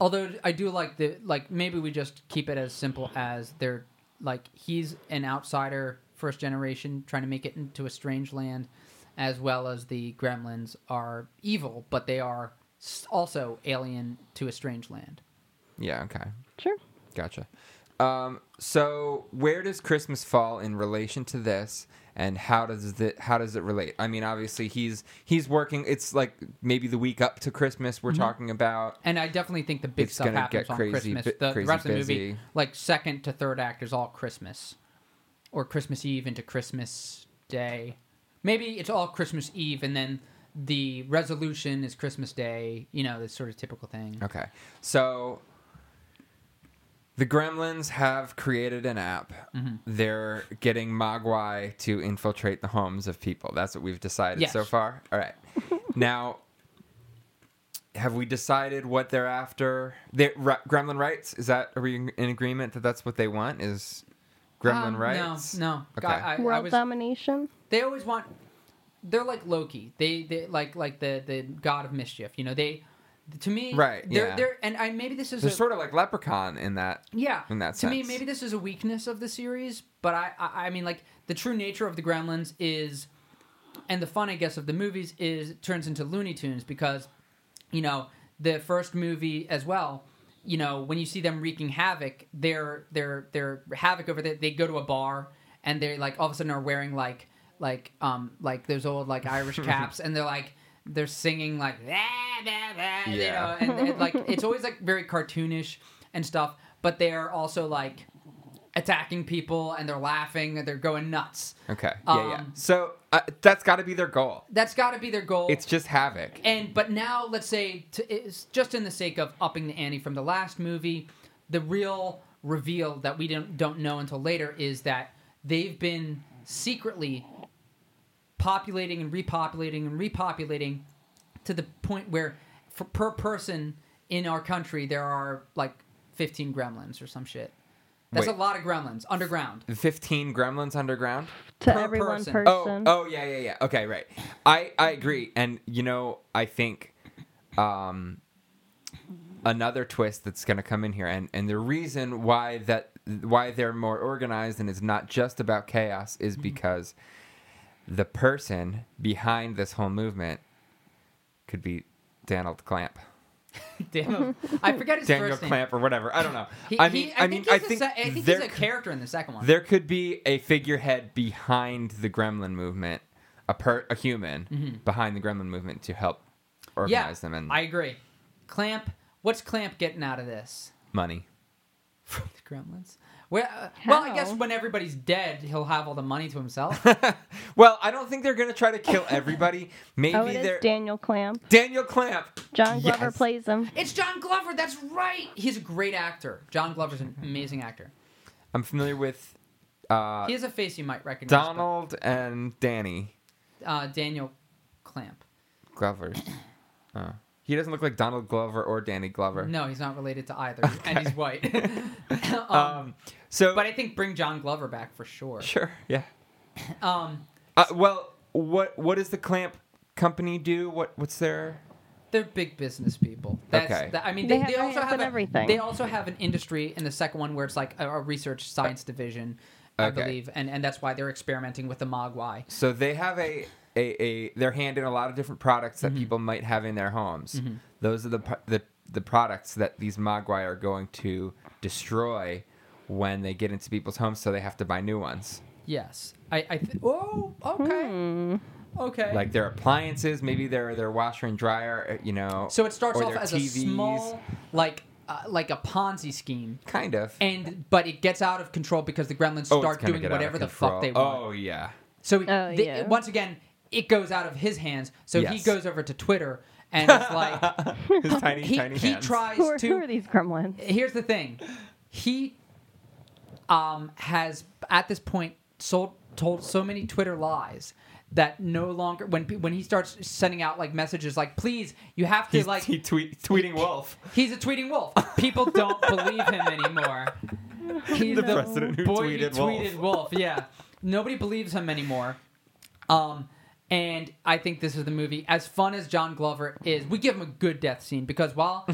A: Although I do like the like maybe we just keep it as simple as they're like he's an outsider, first generation, trying to make it into a strange land, as well as the gremlins are evil, but they are s- also alien to a strange land.
B: yeah, okay,
C: Sure.
B: gotcha. Um, so where does Christmas fall in relation to this, and how does the how does it relate? I mean, obviously he's he's working. It's like maybe the week up to Christmas we're talking about.
A: And I definitely think the big
B: It's
A: stuff
B: gonna
A: happens
B: get
A: on
B: crazy
A: Christmas.
B: bu-
A: the, the
B: crazy
A: rest of the movie,
B: busy.
A: like second to third act, is all Christmas, or Christmas Eve into Christmas Day. Maybe it's all Christmas Eve, and then the resolution is Christmas Day. You know, this sort of typical thing.
B: Okay, so the Gremlins have created an app.
A: Mm-hmm.
B: They're getting Mogwai to infiltrate the homes of people. That's what we've decided
A: Yes.
B: so far.
A: <laughs>
B: All right, now have we decided what they're after? They, Ra- Gremlin rights is that? Are we in agreement that that's what they want? Is Gremlin
A: Um,
B: rights?
A: No, no.
B: Okay.
A: I, I, I
C: World
A: was,
C: domination.
A: they always want. They're like Loki. They they like like the the god of mischief. You know they. To me,
B: Right,
A: They're,
B: yeah.
A: they're and I maybe this is
B: They're
A: a-
B: sort of like Leprechaun in that.
A: Yeah,
B: in that
A: to me,
B: sense.
A: maybe this is a weakness of the series, but I, I, I mean, like the true nature of the Gremlins is, and the fun, I guess, of the movies is it turns into Looney Tunes because, you know, the first movie as well. You know, when you see them wreaking havoc, they're they're they're havoc over there. They go to a bar and they like all of a sudden are wearing like like um like those old like
B: <laughs>
A: Irish caps, and they're like they're singing like "Ah, bah, bah," you
B: Yeah.
A: know, and, and, like it's always like very cartoonish and stuff but they're also like attacking people and they're laughing and they're going nuts
B: Okay. Yeah, yeah.
A: Um,
B: So uh, that's got to be their goal.
A: that's got to be their goal
B: It's just havoc.
A: and but now let's say to, it's just in the sake of upping the ante from the last movie the real reveal that we don't, don't know until later is that they've been secretly populating and repopulating and repopulating to the point where for, per person in our country there are like 15 gremlins or some shit that's
B: Wait.
A: a lot of gremlins underground <laughs>
B: 15 gremlins underground
C: To
A: Per
C: every one
A: person.
C: person.
B: oh oh yeah yeah yeah okay right i i agree and you know i think um another twist that's going to come in here and and the reason why that why they're more organized and it's not just about chaos is because the person behind this whole movement could be Donald Clamp,
A: Damn. I forget his
B: Daniel
A: first name.
B: Clamp, or whatever. I don't know.
A: He-
B: I
A: he-
B: mean, I mean,
A: he's
B: I
A: a
B: think,
A: se- I think he's
B: there
A: a character in the second one.
B: There could be a figurehead behind the Gremlin movement, a per, a human
C: Mm-hmm.
B: behind the Gremlin movement to help
A: yeah,
B: organize them and
A: I agree. Clamp, what's Clamp getting out of this
B: money. <laughs>
A: from the Gremlins? Well, uh, well, I
C: How?
A: guess when everybody's dead, he'll have all the money to himself.
B: Well, I don't think they're gonna try to kill everybody. Maybe
C: <laughs> Oh, it
B: they're
C: is Daniel Clamp.
B: Daniel Clamp.
C: John Glover
B: Yes.
C: plays him.
A: <laughs> it's John Glover. That's right. He's a great actor. John Glover's
B: Mm-hmm.
A: an amazing actor.
B: I'm familiar with uh,
A: He has a face you might recognize. but,
B: Donald and Danny
A: uh, Daniel Clamp.
B: Glover. Uh, he doesn't look like Donald Glover or Danny Glover.
A: No, he's not related to either, and he's white.
B: <laughs>
A: <laughs> um,
B: Um, so,
A: but I think bring John Glover back for sure.
B: sure, yeah.
A: Um,
B: Uh, well, what what does the Clamp company do? What what's their
A: They're big business people. That's,
B: Okay.
A: that- I mean,
C: They
A: they,
C: have
A: they
C: their
A: also
C: hands
A: have
C: in
A: a-
C: everything.
A: They also have an industry in the second one where it's like a, a research science division, I
B: Uh, Okay.
A: believe, and and that's why they're experimenting with the Mogwai.
B: So they have a, a, a their hand in a lot of different products
A: Mm-hmm.
B: that people might have in their homes. Those are the, pro- the the products that these Mogwai are going to destroy when they get into people's homes, so they have to buy new ones.
A: Yes, I. I th- oh, okay,
C: Hmm.
A: okay.
B: Like their appliances, maybe their their washer and dryer, uh, you know.
A: so, it starts
B: or
A: off
B: their
A: as a
B: TVs.
A: small, like uh, like a Ponzi scheme,
B: kind of.
A: and but it gets out of control because the Gremlins
B: Oh, it's
A: start
B: gonna
A: doing
B: get out of
A: whatever the
B: control.
A: fuck they want.
B: Oh yeah.
A: So he-
C: Oh,
A: the-
C: yeah.
A: once again, it goes out of his hands. So he
B: Yes.
A: goes over to Twitter and
B: <laughs>
A: it's like.
B: His tiny
A: <laughs> he,
B: tiny
A: he
B: hands.
A: tries
C: Who are,
A: to
C: who are these gremlins?
A: here's the thing he um has at this point sold told so many twitter lies that no longer when pe- when he starts sending out like messages like please you have to
B: He's,
A: like
B: he tweet, tweeting wolf.
A: he's a tweeting wolf people
B: <laughs>
A: don't believe him anymore he's
B: The
A: the,
B: president who
A: boy
B: tweeted
A: who tweeted wolf yeah nobody believes him anymore um and I think this is the movie. As fun as John Glover is, we give him a good death scene because
B: <laughs>
A: while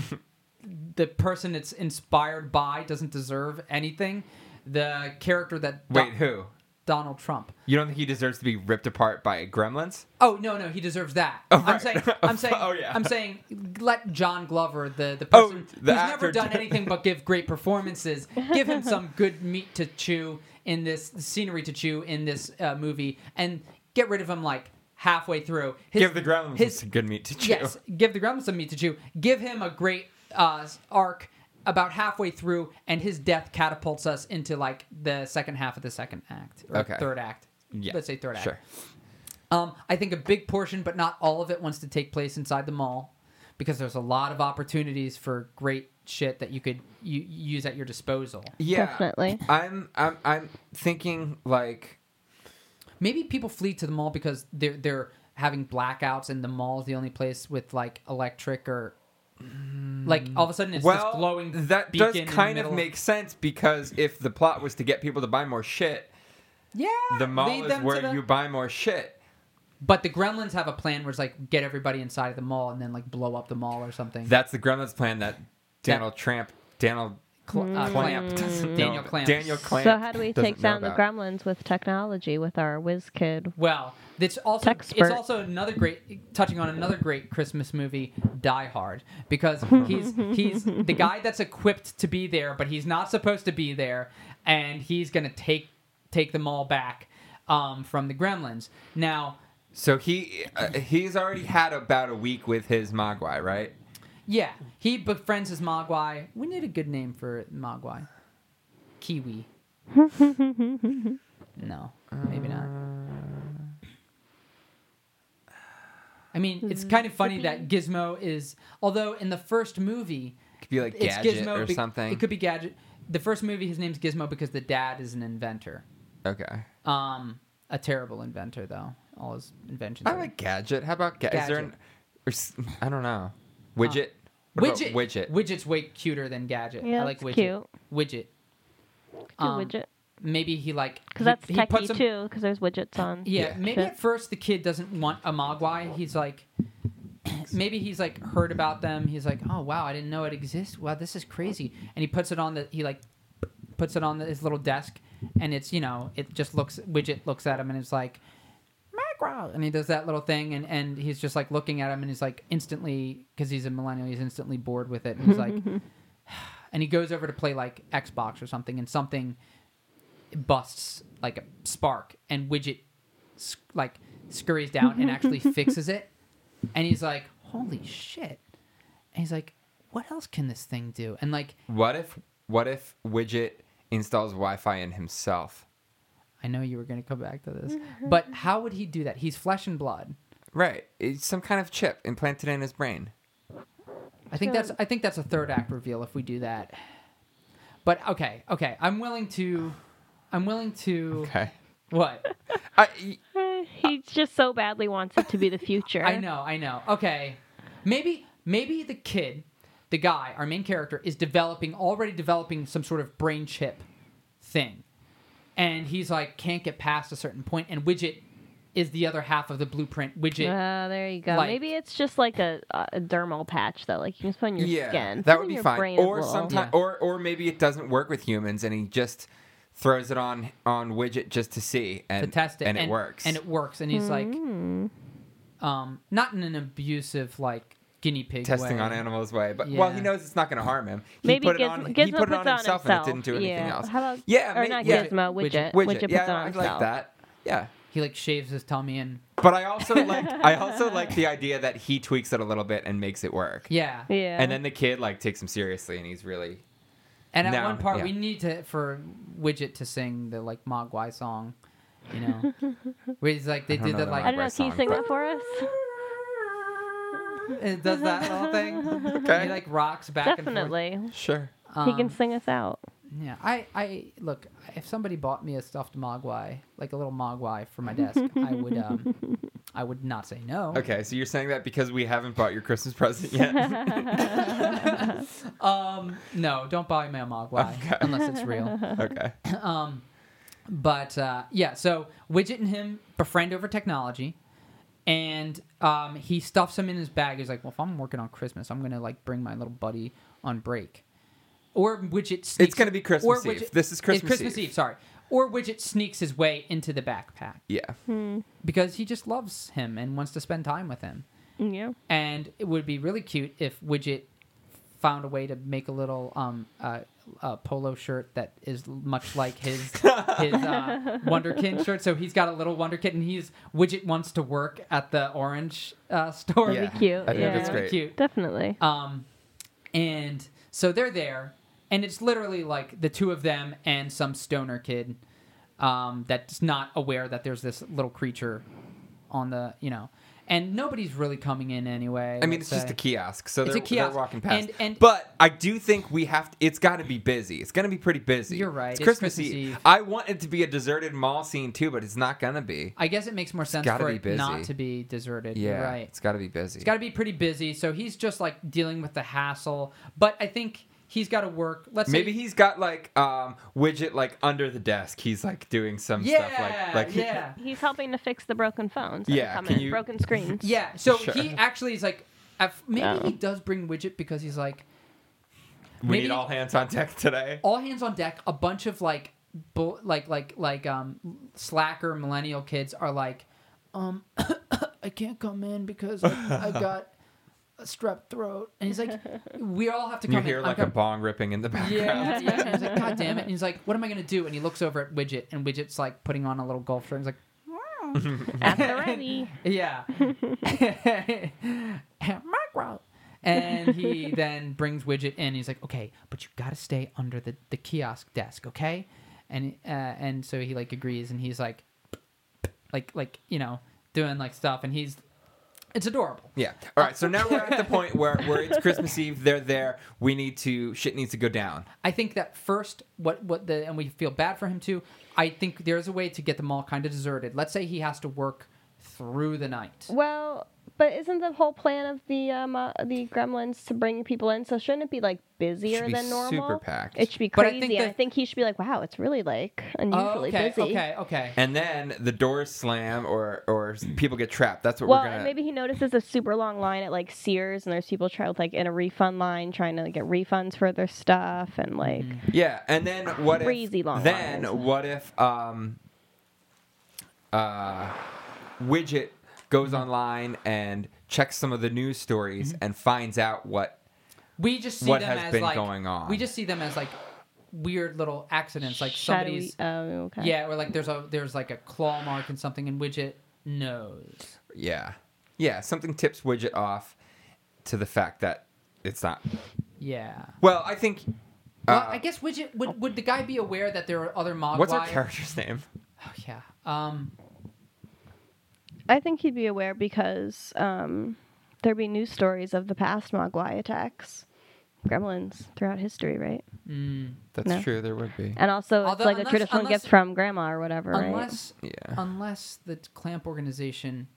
A: the person it's inspired by doesn't deserve anything. The character that Don-
B: Wait, who?
A: Donald Trump.
B: You don't think he deserves to be ripped apart by gremlins?
A: Oh no, no, he deserves that. I'm
B: Oh, right. <laughs>
A: saying, I'm saying,
B: Oh, yeah.
A: I'm saying, let John Glover, the the
B: Oh,
A: person
B: the
A: who's
B: actor
A: never done
B: did-
A: anything but give great performances, give him some good meat to chew in this scenery to chew in this uh, movie, and get rid of him like halfway through. His-
B: Give the gremlins
A: his-
B: some good meat to chew.
A: Yes, give the Gremlins some meat to chew. Give him a great uh, arc about halfway through, and his death catapults us into like the second half of the second act or
B: Okay.
A: third act.
B: <laughs> Yeah,
A: Let's say third act.
B: Sure.
A: Um, I think a big portion, but not all of it, wants to take place inside the mall because there's a lot of opportunities for great shit that you could you, use at your disposal.
B: Yeah,
C: Definitely.
B: I'm I'm I'm thinking like
A: Maybe people flee to the mall because they're they're having blackouts, and the mall is the only place with like electric or like all of a sudden it's
B: well
A: this glowing.
B: that
A: beacon
B: does
A: in the
B: kind of
A: middle
B: make sense because if the plot was to get people to buy more shit,
A: yeah
B: the mall
A: lead
B: is
A: them to
B: where
A: the-
B: you buy more shit.
A: But the Gremlins have a plan where it's like get everybody inside of the mall and then like blow up the mall or something.
B: That's the Gremlins plan that Daniel Tramp Daniel
A: Cl- uh,
B: Clamp
A: Clamp.
B: doesn't
A: <laughs>
B: know.
A: Daniel
B: about-
A: Clamp.
B: Mm. Daniel Clamp.
C: So how do we
B: doesn't
C: take
B: know
C: down the
B: about.
C: gremlins with technology with our whiz kid?
A: Well, it's also
C: Techspert.
A: it's also another great touching on another great Christmas movie, Die Hard, because he's he's the guy that's equipped to be there, but he's not supposed to be there, and he's gonna take take them all back um, from the Gremlins. Now,
B: So he uh, he's already had about a week with his Mogwai, right?
A: yeah, he befriends his Mogwai. We need a good name for Mogwai. Kiwi. no, maybe not. I mean, it's kind of funny that Gizmo is, although in the first movie,
B: Could be like
A: it's
B: Gadget
A: Gizmo
B: or
A: be-
B: something.
A: It could be Gadget. The first movie, his name's Gizmo because the dad is an inventor.
B: okay.
A: Um, a terrible inventor though. All his inventions.
B: I
A: are-
B: like gadget. How about gadget? Is there an,
A: Gadget.
B: or, s- I don't know. Widget. What about
A: widget.
B: Widget.
A: Widget's way cuter than Gadget.
C: Yeah,
A: I like
C: that's
A: Widget. Widget.
C: Do
A: Um,
C: widget
A: Maybe he like he-
C: because that's
A: he
C: techie
A: puts
C: too,
A: him-
C: 'cause too. Because there's widgets on.
A: Yeah,
B: Yeah.
A: maybe
C: Shit.
A: at first the kid doesn't want a Mogwai. He's like, <clears throat> maybe he's like heard about them. He's like, oh wow, I didn't know it exists. Wow, this is crazy. And he puts it on the he like puts it on the, his little desk, and it's you know it just looks widget looks at him and it's like. Mogwai, And he does that little thing, and, and he's just like looking at him, and he's like instantly, because he's a millennial, he's instantly bored with it. And he's like, <sighs> and he goes over to play like Xbox or something, and something busts like a spark, and Widget sc- like scurries down and actually fixes it. And he's like, "Holy shit!" And he's like, "What else can this thing do?" And like,
B: What if what if widget installs Wi-Fi in himself.
A: I know you were going to come back to this, but how would he do that? He's flesh and blood.
B: Right. It's some kind of chip implanted in his brain.
A: I think
C: Sure.
A: that's I think that's a third act reveal if we do that. But okay, okay, I'm willing to, I'm willing to
B: Okay.
A: what?
B: I,
C: Eh, <laughs> He just so badly wants it to be the future.
A: <laughs> I know, I know. Okay, maybe maybe the kid, the guy, our main character, is developing already developing some sort of brain chip thing, and he's like can't get past a certain point, and widget is the other half of the blueprint. Widget
C: Ah, there you go.
A: Like-
C: Maybe it's just like a, a dermal patch that like you can just put on your
B: yeah,
C: skin.
B: that
C: Put
B: would
C: in
B: be
C: your
B: fine.
C: brain as
B: Or
C: well.
B: sometime,
A: Yeah.
B: or or maybe it doesn't work with humans, and he just throws it on on widget just to see and
A: to test it,
B: and, it works.
A: and it works, and he's like, um, not in an abusive like guinea pig
B: testing
A: way.
B: on animals way. But well, he
A: Yeah.
B: knows it's not going to harm him. He
C: Maybe
B: put
C: Giz-
B: it on, he
C: Gizmo
B: put it
C: puts
B: on himself, and it didn't do anything
C: yeah.
B: else.
C: How about
B: yeah,
C: or
B: may-
C: not
B: yeah.
C: Gizmo
A: Widget.
C: widget?
B: widget.
C: puts
B: yeah,
C: it on
B: I
C: himself.
B: like that. Yeah.
A: He like shaves his tummy and
B: But I
C: <laughs>
B: also like I also like the idea that he tweaks it a little bit and makes it work.
A: yeah.
C: Yeah.
B: And then the kid like takes him seriously and he's really
A: And at
B: No,
A: one part,
B: yeah.
A: we need to for Widget to sing the like Mogwai song, you know, <laughs> where he's like they
B: don't
A: did
B: know
A: the
B: the
C: I
A: like
C: don't know.
B: Breast
C: Can you
B: song,
C: sing
B: but-
C: that for us?
A: it does that little
C: <laughs>
A: thing.
B: Okay.
A: He like rocks back
C: Definitely.
B: sure.
A: and forth.
C: he can
A: Um,
C: sing us out.
A: Yeah, I I look if somebody bought me a stuffed Mogwai, like a little Mogwai for my desk, I would
C: <laughs>
A: um I would not say no.
B: Okay, so you're saying that because we haven't bought your Christmas present
C: <laughs>
B: yet.
A: Um, no, don't buy me a Mogwai
B: Okay.
A: unless it's real.
B: okay.
A: But uh, yeah, so Widget and him befriend over technology, and um, he stuffs him in his bag. He's like, "Well, if I'm working on Christmas, I'm gonna like bring my little buddy on break." Or Widget. Sneaks,
B: gonna be Christmas Eve. This is
A: it's
B: Christmas
A: Christmas
B: Eve.
A: Eve. Sorry. Or Widget sneaks his way into the backpack
B: Yeah.
A: because he just loves him and wants to spend time with him.
C: Yeah.
A: And it would be really cute if Widget found a way to make a little um, uh, uh, polo shirt that is much like his his uh, Wonderkin shirt. So he's got a little Wonderkin, and he's Widget wants to work at the orange uh, store.
B: yeah.
C: cute,
B: I think
C: yeah.
B: that's
A: Really
B: great.
A: cute.
C: Definitely.
B: Uh,
A: Um, and so they're there, and it's literally like the two of them and some stoner kid um, that's not aware that there's this little creature on the, you know, and nobody's really coming in anyway.
B: I mean,
A: let's
B: it's just
A: say.
B: a kiosk, so
A: It's
B: they're,
A: a kiosk.
B: they're walking past.
A: And- and-
B: but I do think we have. To, it's got to be busy. It's going to be pretty busy.
A: You're right,
B: It's,
A: it's
B: Christmas,
A: Christmas
B: Eve.
A: Eve.
B: I want it to be a deserted mall scene too, but it's not going to be.
A: I guess it makes more sense
B: gotta
A: for
B: be
A: it not
B: busy.
A: to be deserted.
B: Yeah,
A: You're right.
B: It's got to be busy.
A: It's got to be pretty busy, so he's just like dealing with the hassle. But I think he's got to work. Let's
B: Maybe
A: say,
B: he's got like um widget like under the desk. He's like doing some
A: yeah,
B: stuff like like <laughs>
A: yeah.
C: He's helping to fix the broken phones. that
B: Yeah,
C: come
B: can
C: in,
B: you-
C: broken screens.
A: Yeah, so
B: Sure.
A: he actually is like, at f- maybe
C: Yeah.
A: he does bring Widget because he's like,
B: we
A: Maybe-
B: need all hands on deck today.
A: all hands on deck. A bunch of like, bull, like like like um slacker millennial kids are like, um, <coughs> I can't come in because
B: <laughs>
A: I, I got a strep throat, and he's like, we all have to
B: You
A: come
B: hear
A: in.
B: like
A: I'm
B: a bong ripping in the
A: <laughs>
B: background.
A: Yeah, yeah, yeah. And He's like, God damn it. And he's like, What am I going to do? And he looks over at Widget, and Widget's like putting on a little golf shirt. And he's
B: <laughs>
C: At the ready.
A: like, <laughs> Yeah. Micro. And he then brings Widget in. He's like, Okay, but you got to stay under the, the kiosk desk, okay? And uh, and so he like agrees, and he's like, like like you know, doing like stuff, and he's, it's adorable.
B: Yeah. All right. So now we're at the point where, where
A: <laughs>
B: it's Christmas Eve. They're there. We need to shit needs to go down.
A: I think that first, what what the and we feel bad for him too. I think there's a way to get them all kind of deserted. Let's say he has to work through the night.
C: Well, but isn't the whole plan of the um, uh, the gremlins to bring people in? So shouldn't it be like busier
B: Should be
C: than normal?
B: super packed.
C: It should be
A: But I
C: crazy.
A: think
C: and
A: that-
C: I think he should be like, wow, it's really like unusually
B: Oh,
A: okay,
C: busy.
A: okay, okay.
B: And then the doors slam or or people get trapped. That's what
C: Well,
B: we're gonna.
C: and maybe he notices a super long line at like Sears, and there's people trying with like in a refund line trying to get refunds for their stuff,
A: Mm-hmm.
C: and like
B: Yeah. And then what?
C: Crazy
B: if,
C: long
B: Then
C: lines.
B: what if um uh widget goes online and checks some of the news stories
C: Mm-hmm.
B: and finds out what
A: we just see
B: what
A: them
B: has
A: as
B: been
A: like
B: going on?
A: we just see them as like weird little accidents, like
C: shadowy.
A: somebody's
C: Oh, okay.
A: yeah, or like there's a there's like a claw mark and something, and Widget knows.
B: yeah yeah something tips widget off to the fact that it's not
A: Yeah,
B: Well, I think
A: Well,
B: Uh,
A: I guess would, you, would would the guy be aware that there are other Mogwai?
B: What's our character's name?
A: Oh, yeah. Um.
C: I think he'd be aware because um, there'd be news stories of the past Mogwai attacks, gremlins throughout history, right?
A: mm,
B: That's
C: No.
B: true. There would be.
C: And also,
A: Although
C: it's like
A: unless-
C: a traditional
A: unless-
C: gift from grandma or whatever,
A: unless
B: Yeah.
C: Um,
A: unless the clamp organization.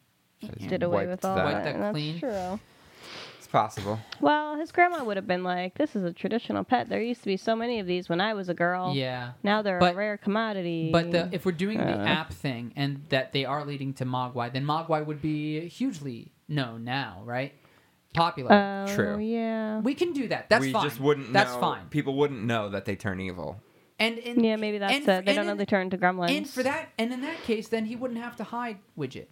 C: right? Did away
B: Wiped
C: with all
B: that.
C: that.
A: Wiped that
C: and that's
A: clean.
C: true.
B: It's possible.
C: Well, his grandma would have been like, "This is a traditional pet. There used to be so many of these when I was a girl.
A: Yeah.
C: Now they're
A: But-
C: a rare commodity."
A: But the, if we're doing the
C: Uh.
A: app thing and that they are leading to Mogwai, then Mogwai would be hugely known now, right? Popular.
C: oh,
B: True.
C: Yeah.
A: we can do that. That's
B: we
A: fine.
B: just wouldn't
A: That's
B: know-
A: fine.
B: People wouldn't know that they turn evil.
A: And, and
C: yeah, maybe that's
A: and
C: it. They
A: and
C: don't know
A: in-
C: they turn to gremlins.
A: And for that, and in that case, then he wouldn't have to hide Widget.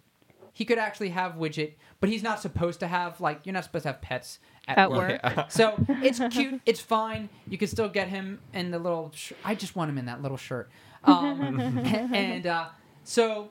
A: He could actually have Widget, but he's not supposed to have like you're not supposed to have pets at,
C: At
A: work.
C: work.
B: Yeah.
C: <laughs>
A: So it's cute, it's fine. You can still get him in the little. Sh- I just want him in that little
C: <laughs>
A: shirt. Um, and uh, so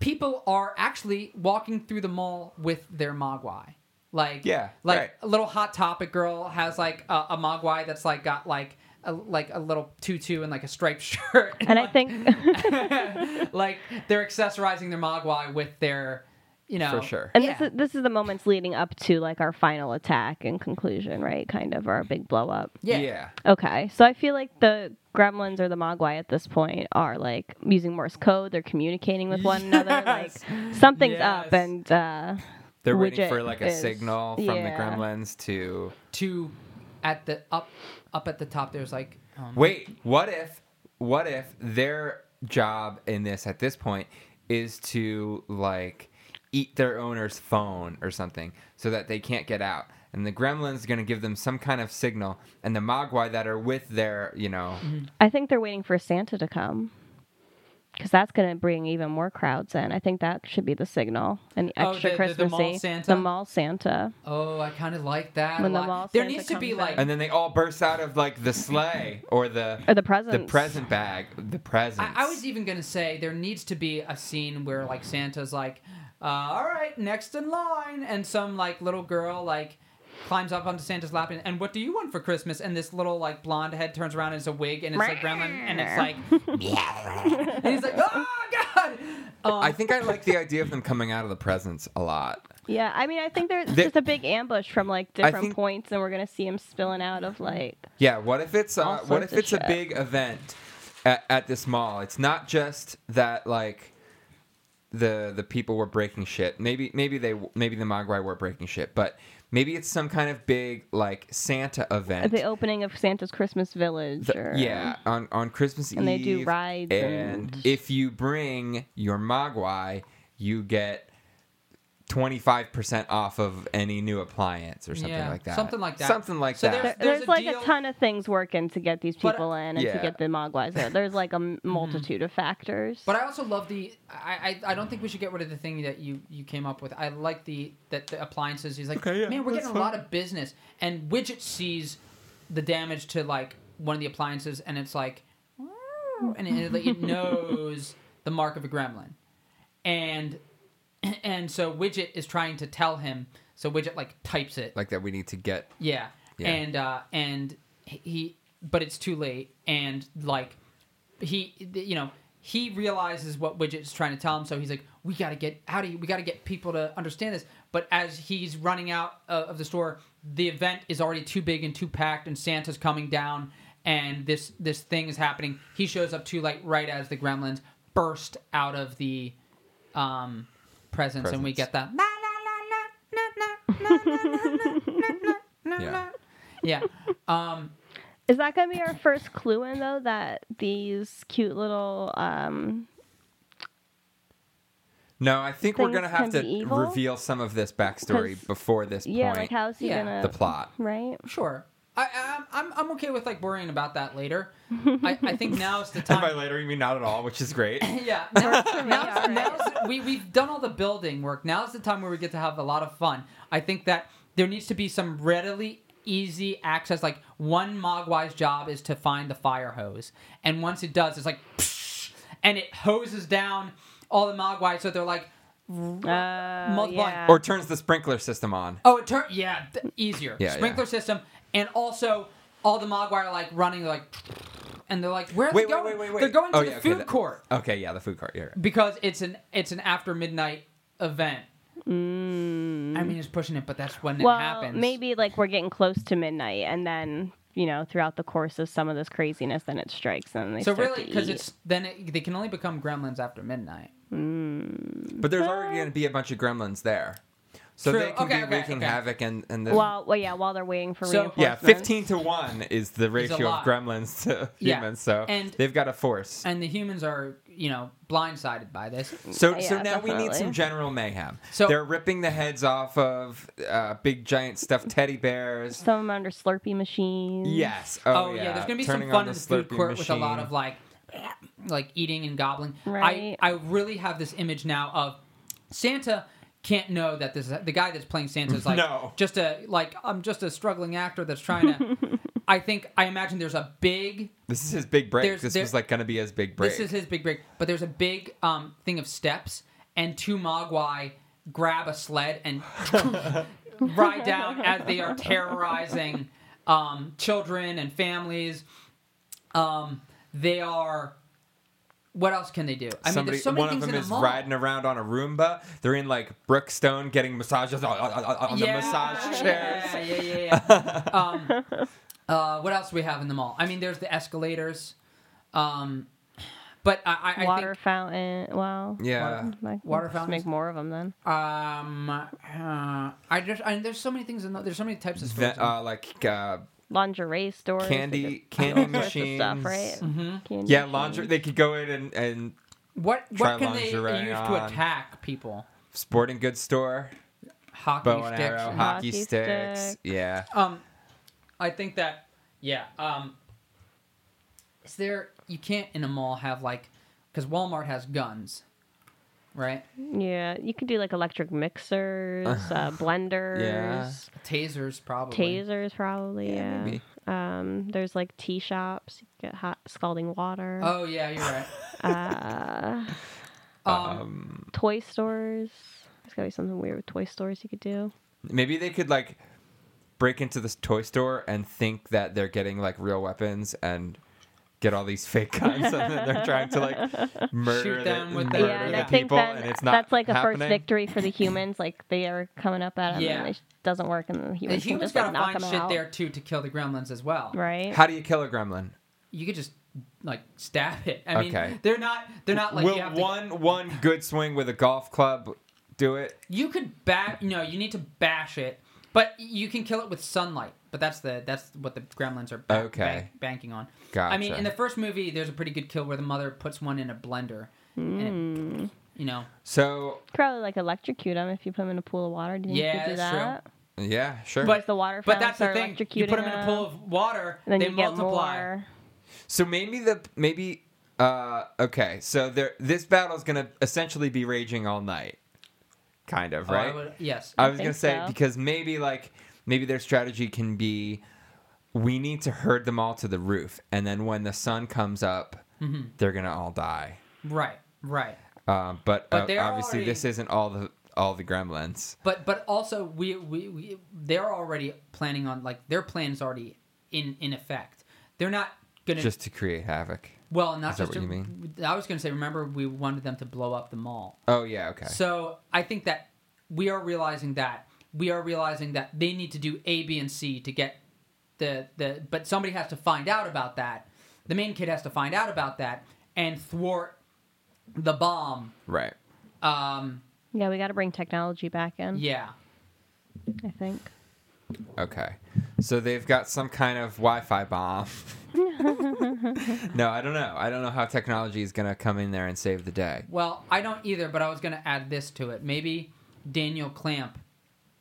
A: people are actually walking through the mall with their mogwai. Like
B: Yeah,
A: like
B: right.
A: a little hot topic girl has like a, a mogwai that's like got like a, like a little tutu and like a striped <laughs> shirt.
C: and I think
A: <laughs> like they're accessorizing their mogwai with their, you know,
B: For sure.
C: <laughs> And
A: Yeah.
C: this is this is the moments leading up to like our final attack and conclusion, right? Kind of our big blow up.
A: yeah.
C: Okay. So I feel like the gremlins or the mogwai at this point are like using Morse code, they're communicating with
A: <laughs>
C: one another, like something's
A: Yes.
C: up and uh
B: They're waiting
C: Widget
B: for like a
C: is-
B: signal from
C: yeah.
B: the gremlins to
A: To at the up up at the top, there's like um,
B: Wait, what if what if their job in this at this point is to like eat their owner's phone or something so that they can't get out. And the gremlins going to give them some kind of signal and the mogwai that are with their, you know,
C: I think they're waiting for Santa to come. Cuz that's going to bring even more crowds in. I think that should be the signal. And
A: Oh,
C: extra
A: the- the- the
C: Christmassy.
A: mall Santa?
C: The mall Santa.
A: oh, I kind of like that. a
C: When the
A: lot.
C: mall
A: there
C: Santa
A: needs to be
C: comes
A: like
C: out.
B: and then they all burst out of like the sleigh or the
C: Or the presents.
B: the present bag, the presents.
A: I, I <laughs> was even gonna say there needs to be a scene where like Santa's like, uh, "All right, next in line," and some like little girl like climbs up onto Santa's lap and, and what do you want for Christmas? And this little like blonde head turns around and it's a wig and it's like gremlin and it's like, and he's like, "Oh God!" Um,
B: I think I like the idea of them coming out of the presents a lot.
C: Yeah, I mean, I think there's
B: There-
C: just a big ambush from like different
B: think-
C: points, and we're gonna see him spilling out of like.
B: Yeah, what if it's
C: All
B: uh, what
C: sorts
B: if
C: of
B: it's a
C: shit.
B: big event at, at this mall? It's not just that like the the people were breaking shit. Maybe maybe they maybe the Mogwai were breaking shit, but maybe it's some kind of big like Santa event.
C: The opening of Santa's Christmas Village,
B: The-
C: or
B: Yeah, on on Christmas Eve.
C: And they do rides
B: and,
C: and-
B: if you bring your Mogwai, you get twenty five percent off of any new appliance or something
A: Yeah,
B: like that.
A: something like that.
B: Something like
A: So
B: that.
C: There-
A: there's-
C: there's,
A: a
C: like
A: deal-
C: a ton of things working to get these
A: But- uh, Mm-hmm.
C: people in and
B: Yeah.
C: to get the Mogwais out. There's like
A: <laughs>
C: a m- multitude of factors.
A: But I also love the. I, I I don't think we should get rid of the thing that you you came up with. I like the that the appliances. He's like,
B: Okay, yeah,
A: man, we're
B: that's
A: getting a lot of business, and Widget sees the damage to like one of the appliances, and it's like, "Ooh," and it, like,
B: <laughs>
A: it knows the mark of a gremlin, and <clears throat> and so Widget is trying to tell him. So Widget like types it,
B: like that we need to get
A: yeah.
B: Yeah.
A: And uh and he but it's too late and like he you know he realizes what Widget's trying to tell him so he's like we got to get out of here we got to get people to understand this but as he's running out uh, of the store the event is already too big and too packed and Santa's coming down and this this thing is happening he shows up too late right as the gremlins burst out of the um presence, and we get
B: Presence.
A: that
B: yeah.
A: yeah um
C: Is that gonna be our first clue in though that these cute little um,
B: No, I think we're
C: Things
B: gonna have
C: can
B: to
C: be evil?
B: reveal some of this backstory
C: 'Cause-
B: before this point.
C: yeah, like how's he
A: Yeah.
C: gonna
B: the plot.
A: <laughs>
C: right?
A: Sure. I, I, I'm, I'm okay with like worrying about that later. I, I think now's the
B: And by
A: time.
B: later, you mean not at all, which is <coughs>
C: <coughs>
A: <laughs>
B: great.
A: yeah. Now, now's,
C: radar.
A: now's, we, we've done all the building work. Now's the time where we get to have a lot of fun. I think that there needs to be some readily easy access. Like one Mogwai's job is to find the fire hose. And once it does, it's like, <laughs> psh, and it hoses down all the Mogwai. So they're like,
C: Uh,
A: Multiplying.
C: yeah.
B: or turns the sprinkler system on.
A: Oh, it turned yeah, th- easier.
B: Yeah,
A: Sprinkler
B: yeah.
A: system, and also all the Mogwai are like running, like, and they're like, "Where are
B: Wait,
A: they
B: wait,
A: going?
B: wait, wait, wait.
A: They're going to
B: Oh,
A: the
B: yeah, okay,
A: food
B: that-
A: court
B: Okay, yeah, the food court. Yeah, right.
A: because it's an it's an after midnight event.
B: Mm.
A: I mean, it's pushing it, but that's when
C: well,
A: it happens.
C: maybe like we're getting close to midnight, and then you know throughout the course of some of this craziness, then it strikes and they
A: So
C: start
A: really,
C: to
A: because
C: eat.
A: it's then it, they can only become gremlins after midnight.
B: But there's already going to be a bunch of gremlins there. So
A: True.
B: they can
A: Okay,
B: be
A: okay,
B: wreaking
A: okay.
B: havoc and, and the.
C: well, well, yeah, while they're waiting for
A: So-
B: yeah,
C: reinforcements.
B: 15 to 1 is the ratio
A: lot.
B: of gremlins to
A: Yeah.
B: humans. So
A: And-
B: they've got a force.
A: and the humans are you know blindsided by this
B: So,
C: Yeah,
B: so now we need
C: definitely.
B: some general mayhem.
A: So-
B: They're ripping the heads off of uh, big giant stuffed teddy bears.
C: Some of them under Slurpee machines.
B: Yes.
A: oh,
B: Oh,
A: yeah. there's gonna be
B: Turning
A: some fun
B: on
A: in the food
B: Slurpee
A: court with a lot
B: machine.
A: of like like eating and gobbling
C: Right.
A: i i really have this image now of santa can't know that this is the guy that's playing santa's like
B: <laughs> No.
A: just a like i'm just a struggling actor that's trying to i think i imagine there's a big
B: This is his big break.
A: There's-
B: this
A: there-
B: was like going to be his big break.
A: This is his big break. But there's a big um, thing of steps, and two Mogwai grab a sled and <laughs> ride down as they are terrorizing um, children and families. Um, they are. What else can they do? I mean,
B: Somebody,
A: there's so many
B: one of
A: things
B: them
A: in
B: is
A: a mall.
B: riding around on a Roomba. They're in like Brookstone getting massages on, on- on- on
A: <laughs>
B: the massage chairs.
A: Yeah, yeah, yeah. yeah.
B: <laughs>
A: um, uh, what else do we have in the mall? I mean, there's the escalators. Um, but I, I, I
C: Water
A: think
C: fountain. Wow.
B: Yeah.
C: Like,
A: Water
C: let's
A: fountains.
C: Make more of them then.
A: Um, uh, I just I, there's so many things in the, there's so many types of stores.
B: Ve- uh, like uh,
C: Lingerie stores. they
B: candy,
C: just-
B: candy
C: all sorts of
B: machines.
C: Stuff, right?
A: Mm-hmm.
C: Candy
B: Yeah,
C: machines.
B: lingerie. They could go in and, and
A: what
B: try
A: what can they use
B: lingerie
A: to
B: on.
A: attack people?
B: sporting goods store,
A: Hockey
B: bow and
A: sticks.
B: arrow, hockey,
A: and-
C: Hockey
B: sticks.
C: sticks.
B: Yeah.
A: Um, I think that yeah. Um, is there you can't in a mall have like because Walmart has guns, right?
C: Yeah, you could do like electric mixers,
A: Uh-huh.
C: uh, blenders,
A: Tasers probably.
C: tasers, probably. Yeah.
B: maybe.
C: Um, there's like tea shops. You can get hot scalding water.
A: Oh yeah, you're
B: <laughs>
A: right.
C: Uh, <laughs>
A: Um,
C: toy stores. There's gotta be something weird with toy stores you could do.
B: Maybe they could like break into this toy store and think that they're getting like real weapons and get all these fake guns <laughs> and then they're trying to like murder
A: Shoot them
B: the,
A: with the-
B: murder
A: Yeah, and
B: the
A: I
B: people
C: then
B: and it's not
C: that's like a
B: happening.
C: first victory for the humans. Like they are coming up at them,
A: Yeah.
C: and it doesn't work, and the
A: the
C: humans, can
A: humans
C: just
A: gotta
C: like, knock
A: find
C: them
A: shit
C: out.
A: there too to kill the gremlins as well.
C: Right?
B: How do you kill a gremlin?
A: You could just like stab it. I mean,
B: Okay.
A: they're not they're not like you
B: Will
A: have to
B: one one good swing with a golf club do it?
A: You could bash. No, you need to bash it, but you can kill it with sunlight. But that's the that's what the gremlins are ba-
B: Okay.
A: bank- banking on. I mean,
B: Gotcha.
A: in the first movie, there's a pretty good kill where the mother puts one in a blender, and
C: Hmm.
A: it- you know,
B: So
C: Probably like electrocute them if you put them in a pool of water. Do you think
A: Yeah,
C: you could do
A: that's true.
C: that?
B: yeah, sure.
A: But-
C: If the water
A: but
C: fountains
A: that's the
C: are
A: thing.
C: electrocuting
A: You put them in a pool
C: them,
A: of water,
C: then
A: they
C: you
A: multiply.
C: get more.
B: So maybe the maybe uh okay, so there this battle's going to essentially be raging all night. Kind of,
A: Oh, I
B: right?
A: would- yes.
B: I was
C: think
B: going to say
C: so.
B: because maybe like maybe their strategy can be we need to herd them all to the roof and then when the sun comes up,
A: Mm-hmm.
B: they're going to all die.
A: right. Right.
B: Um, but
A: But
B: uh,
A: they're
B: obviously
A: already-
B: this isn't all the all the gremlins.
A: But but also we, we we they're already planning on like their plan's already in in effect. They're not gonna
B: Just to create havoc.
A: well not
B: Is that
A: just
B: what
A: to-
B: you mean?
A: I was gonna say remember we wanted them to blow up the mall.
B: Oh yeah, okay.
A: So I think that we are realizing that we are realizing that they need to do A, B, and C to get the the. But somebody has to find out about that. The main kid has to find out about that and thwart the bomb.
B: right.
A: Um,
C: Yeah, we got to bring technology back in.
A: yeah,
C: I think.
B: Okay. So they've got some kind of Wi-Fi bomb. <laughs>
A: <laughs>
B: no, I don't know. I don't know how technology is going to come in there and save the day.
A: Well, I don't either, but I was going to add this to it. Maybe Daniel Clamp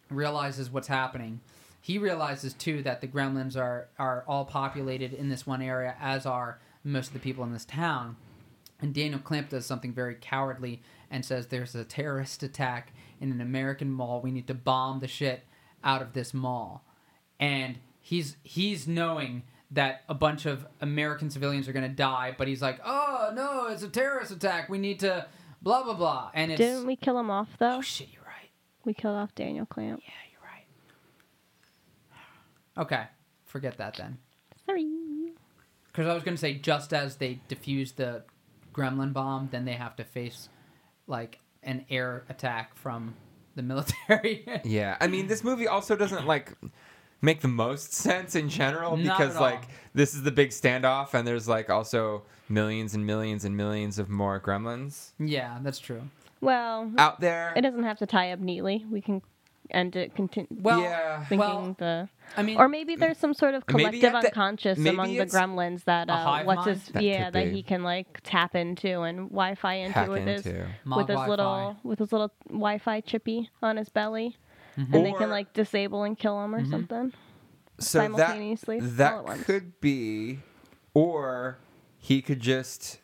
A: realizes what's happening. He realizes too that the gremlins are are all populated in this one area as are most of the people in this town. And Daniel Clamp does something very cowardly and says there's a terrorist attack in an American mall. We need to bomb the shit out of this mall. And he's he's knowing that a bunch of American civilians are going to die, but he's like, "Oh, no, it's a terrorist attack. We need to blah blah blah." And it's
C: Didn't we kill him off though?
A: Oh shit, you're right.
C: We killed off Daniel Clamp.
A: Yeah, you're right. Okay, forget that then. because I was going to say just as they defuse the gremlin bomb, then they have to face like an air attack from the <laughs> military.
B: Yeah, I mean, this movie also doesn't like make the most <laughs> sense in general
A: Not
B: because
A: at all.
B: like this is the big standoff, and there's like also millions and millions and millions of more gremlins
A: yeah, that's true.
C: Well,
B: out there.
C: it doesn't have to tie up neatly. We can end it continue
A: Well,
B: Yeah.
C: thinking
A: well,
C: the
A: I mean,
C: or maybe there's some sort of
B: Maybe
C: collective
B: at the-
C: unconscious
B: maybe
C: among the
B: it's
C: gremlins that
A: a
C: uh,
A: hive
C: what's
A: mind?
C: his
B: That
C: yeah
B: could
C: that
B: be.
C: he can like tap into and Wi-Fi into
B: Hack
C: with his
B: into.
A: Mod
C: with his
A: Wi-Fi.
C: little with his little Wi-Fi chippy on his belly, and they
B: Or-
C: can like disable and kill him or
A: Mm-hmm.
C: something.
B: so
C: simultaneously, all
B: That, that
C: at once.
B: could be, or he could just.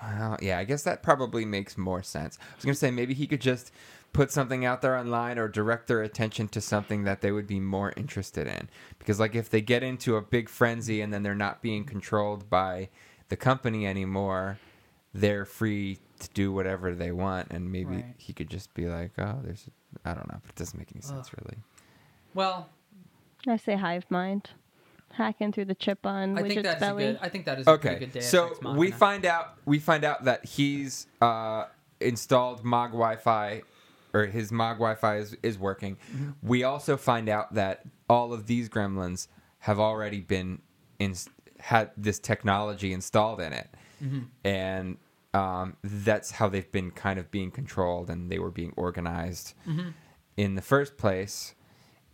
B: Well, yeah, I guess that probably makes more sense. I was gonna say maybe he could just put something out there online or direct their attention to something that they would be more interested in. Because like if they get into a big frenzy and then they're not being controlled by the company anymore, they're free to do whatever they want. And maybe
A: Right.
B: he could just be like, "Oh, there's," I don't know, but it doesn't make any sense
A: Ugh.
B: really.
A: well,
C: I say hive mind, hacking through the chip on
A: I think
C: Widget's
A: that's a
C: belly.
A: good. I think that is a pretty
B: okay
A: good day.
B: so we find out we find out that he's uh installed mog wi-fi or his mog wi-fi is, is working
A: Mm-hmm.
B: we also find out that all of these gremlins have already been in had this technology installed in it
A: Mm-hmm.
B: and um, that's how they've been kind of being controlled and they were being organized
A: Mm-hmm.
B: in the first place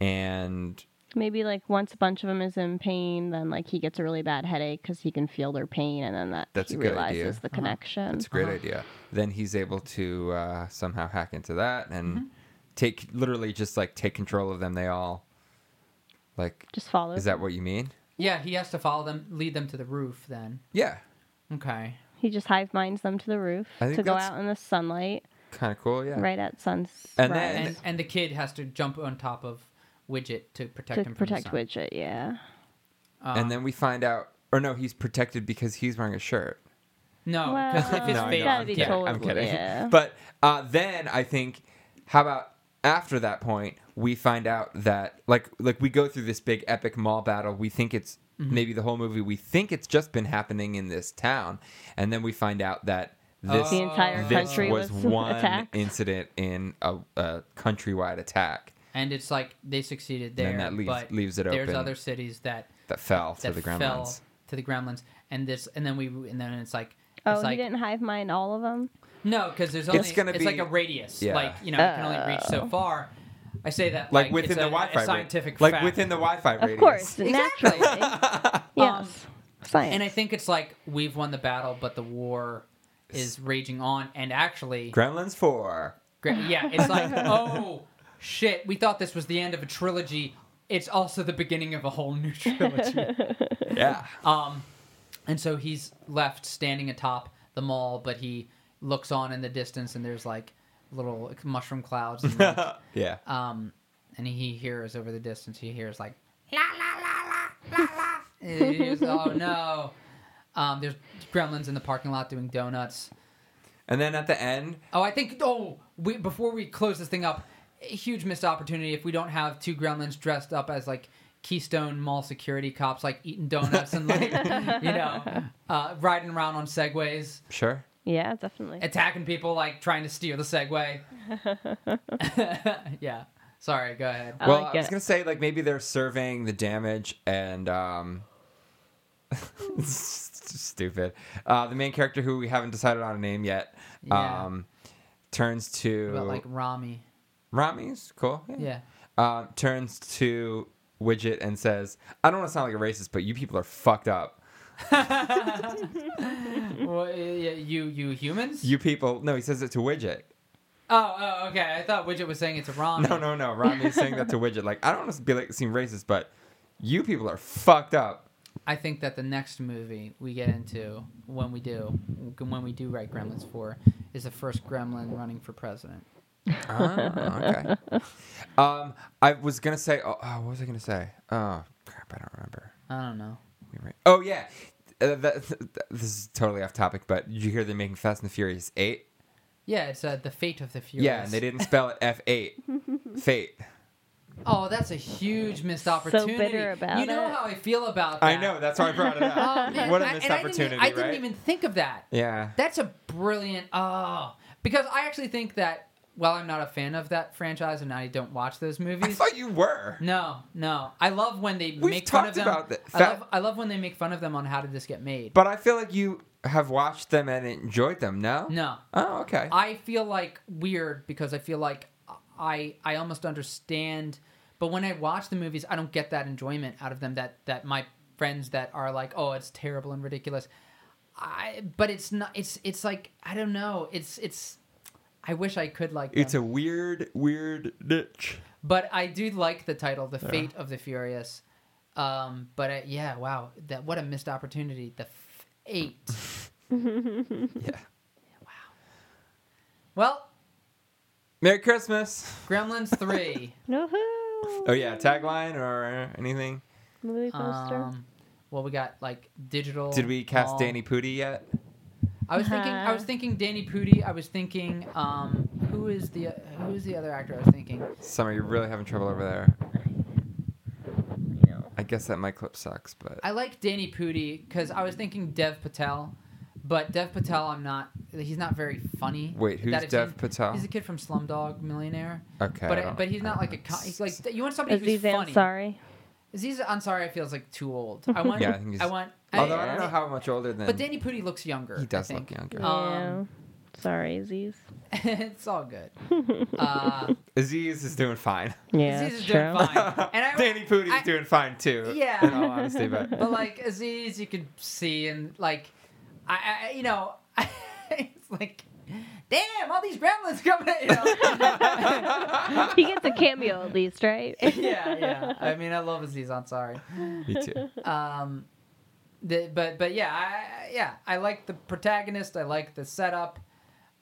B: and
C: Maybe like once a bunch of them is in pain, then like he gets a really bad headache because he can feel their pain, and then that
B: That's
C: he
B: a good
C: realizes
B: idea.
A: Uh-huh.
C: the connection.
B: It's a great idea. Then he's able to uh, somehow hack into that and take literally just like take control of them. They all like
C: Just follows.
B: is that what you mean?
A: Yeah, he has to follow them, lead them to the roof. Then
B: Yeah,
A: okay,
C: He just hive minds them to the roof
B: I think
C: to go
B: that's-
C: out in the sunlight
B: kind of cool. Yeah,
C: right at sunrise
B: And then-
A: and and the kid has to jump on top of Widget to protect
C: to
A: him. From
C: protect
A: the sun.
C: Widget. Yeah,
B: And then we find out, or no, he's protected because he's wearing a shirt.
A: No,
C: Well,
A: because if his
C: No, I
A: face,
C: know, I'm
A: yeah.
C: kidding. totally-
B: I'm kidding.
C: yeah.
B: <laughs> But uh, then I think, how about after that point, we find out that like like we go through this big epic mall battle. We think it's maybe the whole movie. We think it's just been happening in this town, and then we find out that this
C: the entire
A: Oh.
B: this
C: country
B: was,
C: was, <laughs>
B: one
C: attacked.
B: incident in a, a countrywide attack
A: and it's like they succeeded there.
B: Then that leaves-
A: but
B: leaves it
A: There's
B: open.
A: other cities that
B: that fell
A: that
B: to the
A: fell
B: gremlins.
A: to the gremlins, and this, and then we, and then it's like,
C: oh,
A: it's like
C: he didn't hive mind all of them.
A: no, because there's only it's,
B: gonna be-
A: like a radius,
B: Yeah.
A: like you know, you can
C: Oh.
A: only reach so far. I say that
B: Like,
A: like,
B: within
A: it's
B: the
A: a- a
B: Wi-Fi, ra-
A: scientific
B: like
A: fact.
B: within the Wi-Fi radius.
C: Of course,
A: Exactly. <laughs> Um,
C: naturally. yes, science.
A: And I think it's like we've won the battle, but the war is raging on, and actually,
B: Gremlins Four.
A: gra- yeah, it's
C: <laughs>
A: like oh shit, we thought this was the end of a trilogy. It's also the beginning of a whole new <laughs> trilogy.
B: Yeah.
A: And so he's left standing atop the mall, but he looks on in the distance, and there's like little mushroom clouds, and, like,
B: yeah.
A: um, and he hears over the distance. He hears like la la la la la la. <laughs> And he hears, oh no! Um, there's gremlins in the parking lot doing donuts.
B: and then at the end,
A: Oh, I think. Oh, we, before we close this thing up, a huge missed opportunity if we don't have two gremlins dressed up as like Keystone Mall security cops, like eating donuts and like <laughs> you know, uh, riding around on segways,
B: sure.
C: yeah, definitely.
A: attacking people, like trying to steal the
B: <laughs>
A: segway. yeah. Sorry. Go ahead.
C: I
B: well,
C: like
B: I was
C: it.
B: gonna say like maybe they're surveying the damage and um, <laughs> it's stupid. Uh, the main character who we haven't decided on a name yet,
A: Yeah.
B: um, turns to
A: But like Rami.
B: Rami's cool.
A: Yeah.
B: Um, turns to Widget and says, "I don't want to sound like a racist, but you people are fucked up.
A: Well, yeah, you you humans.
B: You people." No, he says it to Widget.
A: Oh, oh, okay. I thought Widget was saying it's a Rami.
B: No, no, no. Rami's saying
A: <laughs>
B: that to Widget. Like, I don't want to be like seem racist, but you people are fucked up.
A: I think that the next movie we get into when we do when we do write Gremlins four is the first Gremlin running for president.
B: Oh, okay. um, I was gonna say. Oh, oh, what was I gonna say? Oh crap, I don't remember.
A: I don't know.
B: We were- Oh yeah, uh, that, this is totally off topic, but did you hear they're making Fast and the Furious eight?
A: Yeah, it's uh, the fate of the furious. <laughs>
B: Yeah, and they didn't spell it F eight. Fate.
A: Oh, that's a huge missed opportunity.
C: bitter about
A: you know
C: it.
A: how I feel about that.
B: I know. That's why I brought
A: <laughs>
B: it
A: Oh,
B: up.
A: man.
B: <laughs> what a
A: I-
B: missed
A: and I didn't-
B: opportunity,
A: I didn't,
B: right?
A: even think of that.
B: yeah.
A: That's a brilliant. Oh, because I actually think that while I'm not a fan of that franchise and I don't watch those
B: I
A: movies.
B: thought you were.
A: No, no. I love when they
B: We've
A: make fun
B: talked
A: of them.
B: about that.
A: I,
B: That-
A: love, I love when they make fun of them on how did this get made.
B: But I feel like you have watched them and enjoyed them. No.
A: no,
B: Oh, okay.
A: I feel like weird because I feel like I I almost understand, but when I watch the movies, I don't get that enjoyment out of them that that my friends that are like, oh, it's terrible and ridiculous. I but it's not. It's it's like I don't know. It's it's. I wish I could like.
B: it's
A: them.
B: a weird, weird niche.
A: but I do like the title, "The Fate of the Furious." Um, but uh, yeah, wow, that what a missed opportunity. The fate.
B: Yeah.
A: Well,
B: Merry Christmas.
A: Gremlins
C: <laughs>
A: three.
C: Woohoo!
B: Oh yeah, tagline or anything.
C: Movie poster.
A: um, well, we got like digital.
B: Did we cast
A: mall.
B: Danny Pudi yet?
A: I was thinking. I
C: Uh-huh.
A: was thinking Danny Pudi. I was thinking. Um, who is the Who is the other actor? I was thinking.
B: Summer, you're really having trouble over there. I guess that my clip sucks, but
A: I like Danny Pudi because I was thinking Dev Patel, but Dev Patel, I'm not. He's not very funny.
B: wait, who's
A: That it's
B: Dev
A: in-
B: Patel?
A: He's a kid from Slumdog Millionaire.
B: okay, I
A: but
B: don't-
A: but he's not like a. co- He's like you want somebody
C: Aziz
A: who's funny.
C: Ansari.
A: Aziz Ansari feels like too old.
C: <laughs>
A: I want.
B: Yeah, I think he's-
A: I want.
B: Although I don't know how much older than.
A: But Danny Pudi looks younger.
B: he does
A: I
B: look
A: think.
B: younger.
A: Um,
C: yeah. Sorry, Aziz.
A: <laughs> it's all good. Uh,
B: Aziz is doing fine.
C: Yeah,
A: Aziz is
C: that's
A: doing
C: true.
A: fine.
B: <laughs>
A: And I,
B: Danny Pudi
A: I-
B: is doing fine too.
A: Yeah.
B: in all
A: <laughs>
B: honesty, but
A: But like Aziz, you could see and like, I, I you know, <laughs> it's like, damn, all these gremlins coming. At, you <laughs> know?
C: <laughs> he gets a cameo at least, right?
A: <laughs> yeah, yeah. I mean, I love Aziz Ansari.
B: me too.
A: Um, the, but but yeah, I, I- yeah, I like the protagonist. I like the setup.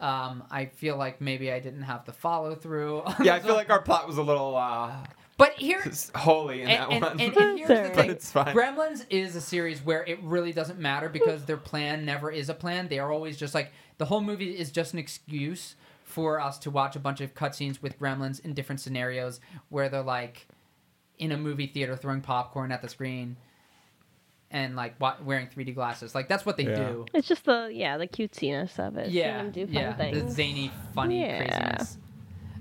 A: Um, I feel like maybe I didn't have the follow through.
B: Yeah, I feel like our plot was a little uh,
A: But
B: <laughs>
A: here,
B: holy in that
A: and,
B: one.
A: and, and, and here's the
C: Sorry.
A: thing:
B: <laughs> But it's fine.
A: Gremlins is a series where it really doesn't matter because their plan never is a plan. They are always just like the whole movie is just an excuse for us to watch a bunch of cutscenes with Gremlins in different scenarios where they're like in a movie theater throwing popcorn at the screen and like wa- wearing 3D glasses. Like that's what they
B: Yeah.
A: do.
C: It's just the yeah the cutesiness of it. Seeing
A: Yeah,
C: him do fun
A: yeah, the
C: things.
A: zany, funny
C: Yeah.
A: craziness.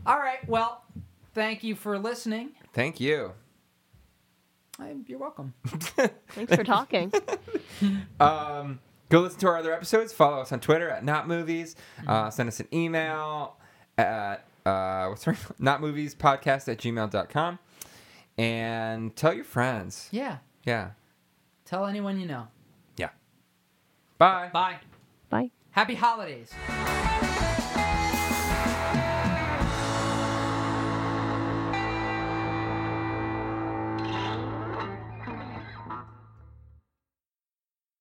A: All right, well, thank you for listening.
B: Thank you.
A: I, you're welcome.
C: Thanks for talking.
B: Um, go listen to our other episodes. Follow us on Twitter at Not Movies. Uh, send us an email at uh, what's <laughs> our Not Movies Podcast at gmail.com. And tell your friends.
A: Yeah,
B: Yeah.
A: tell anyone you know.
B: Yeah. Bye.
A: Bye.
C: <laughs> Bye.
A: Happy holidays.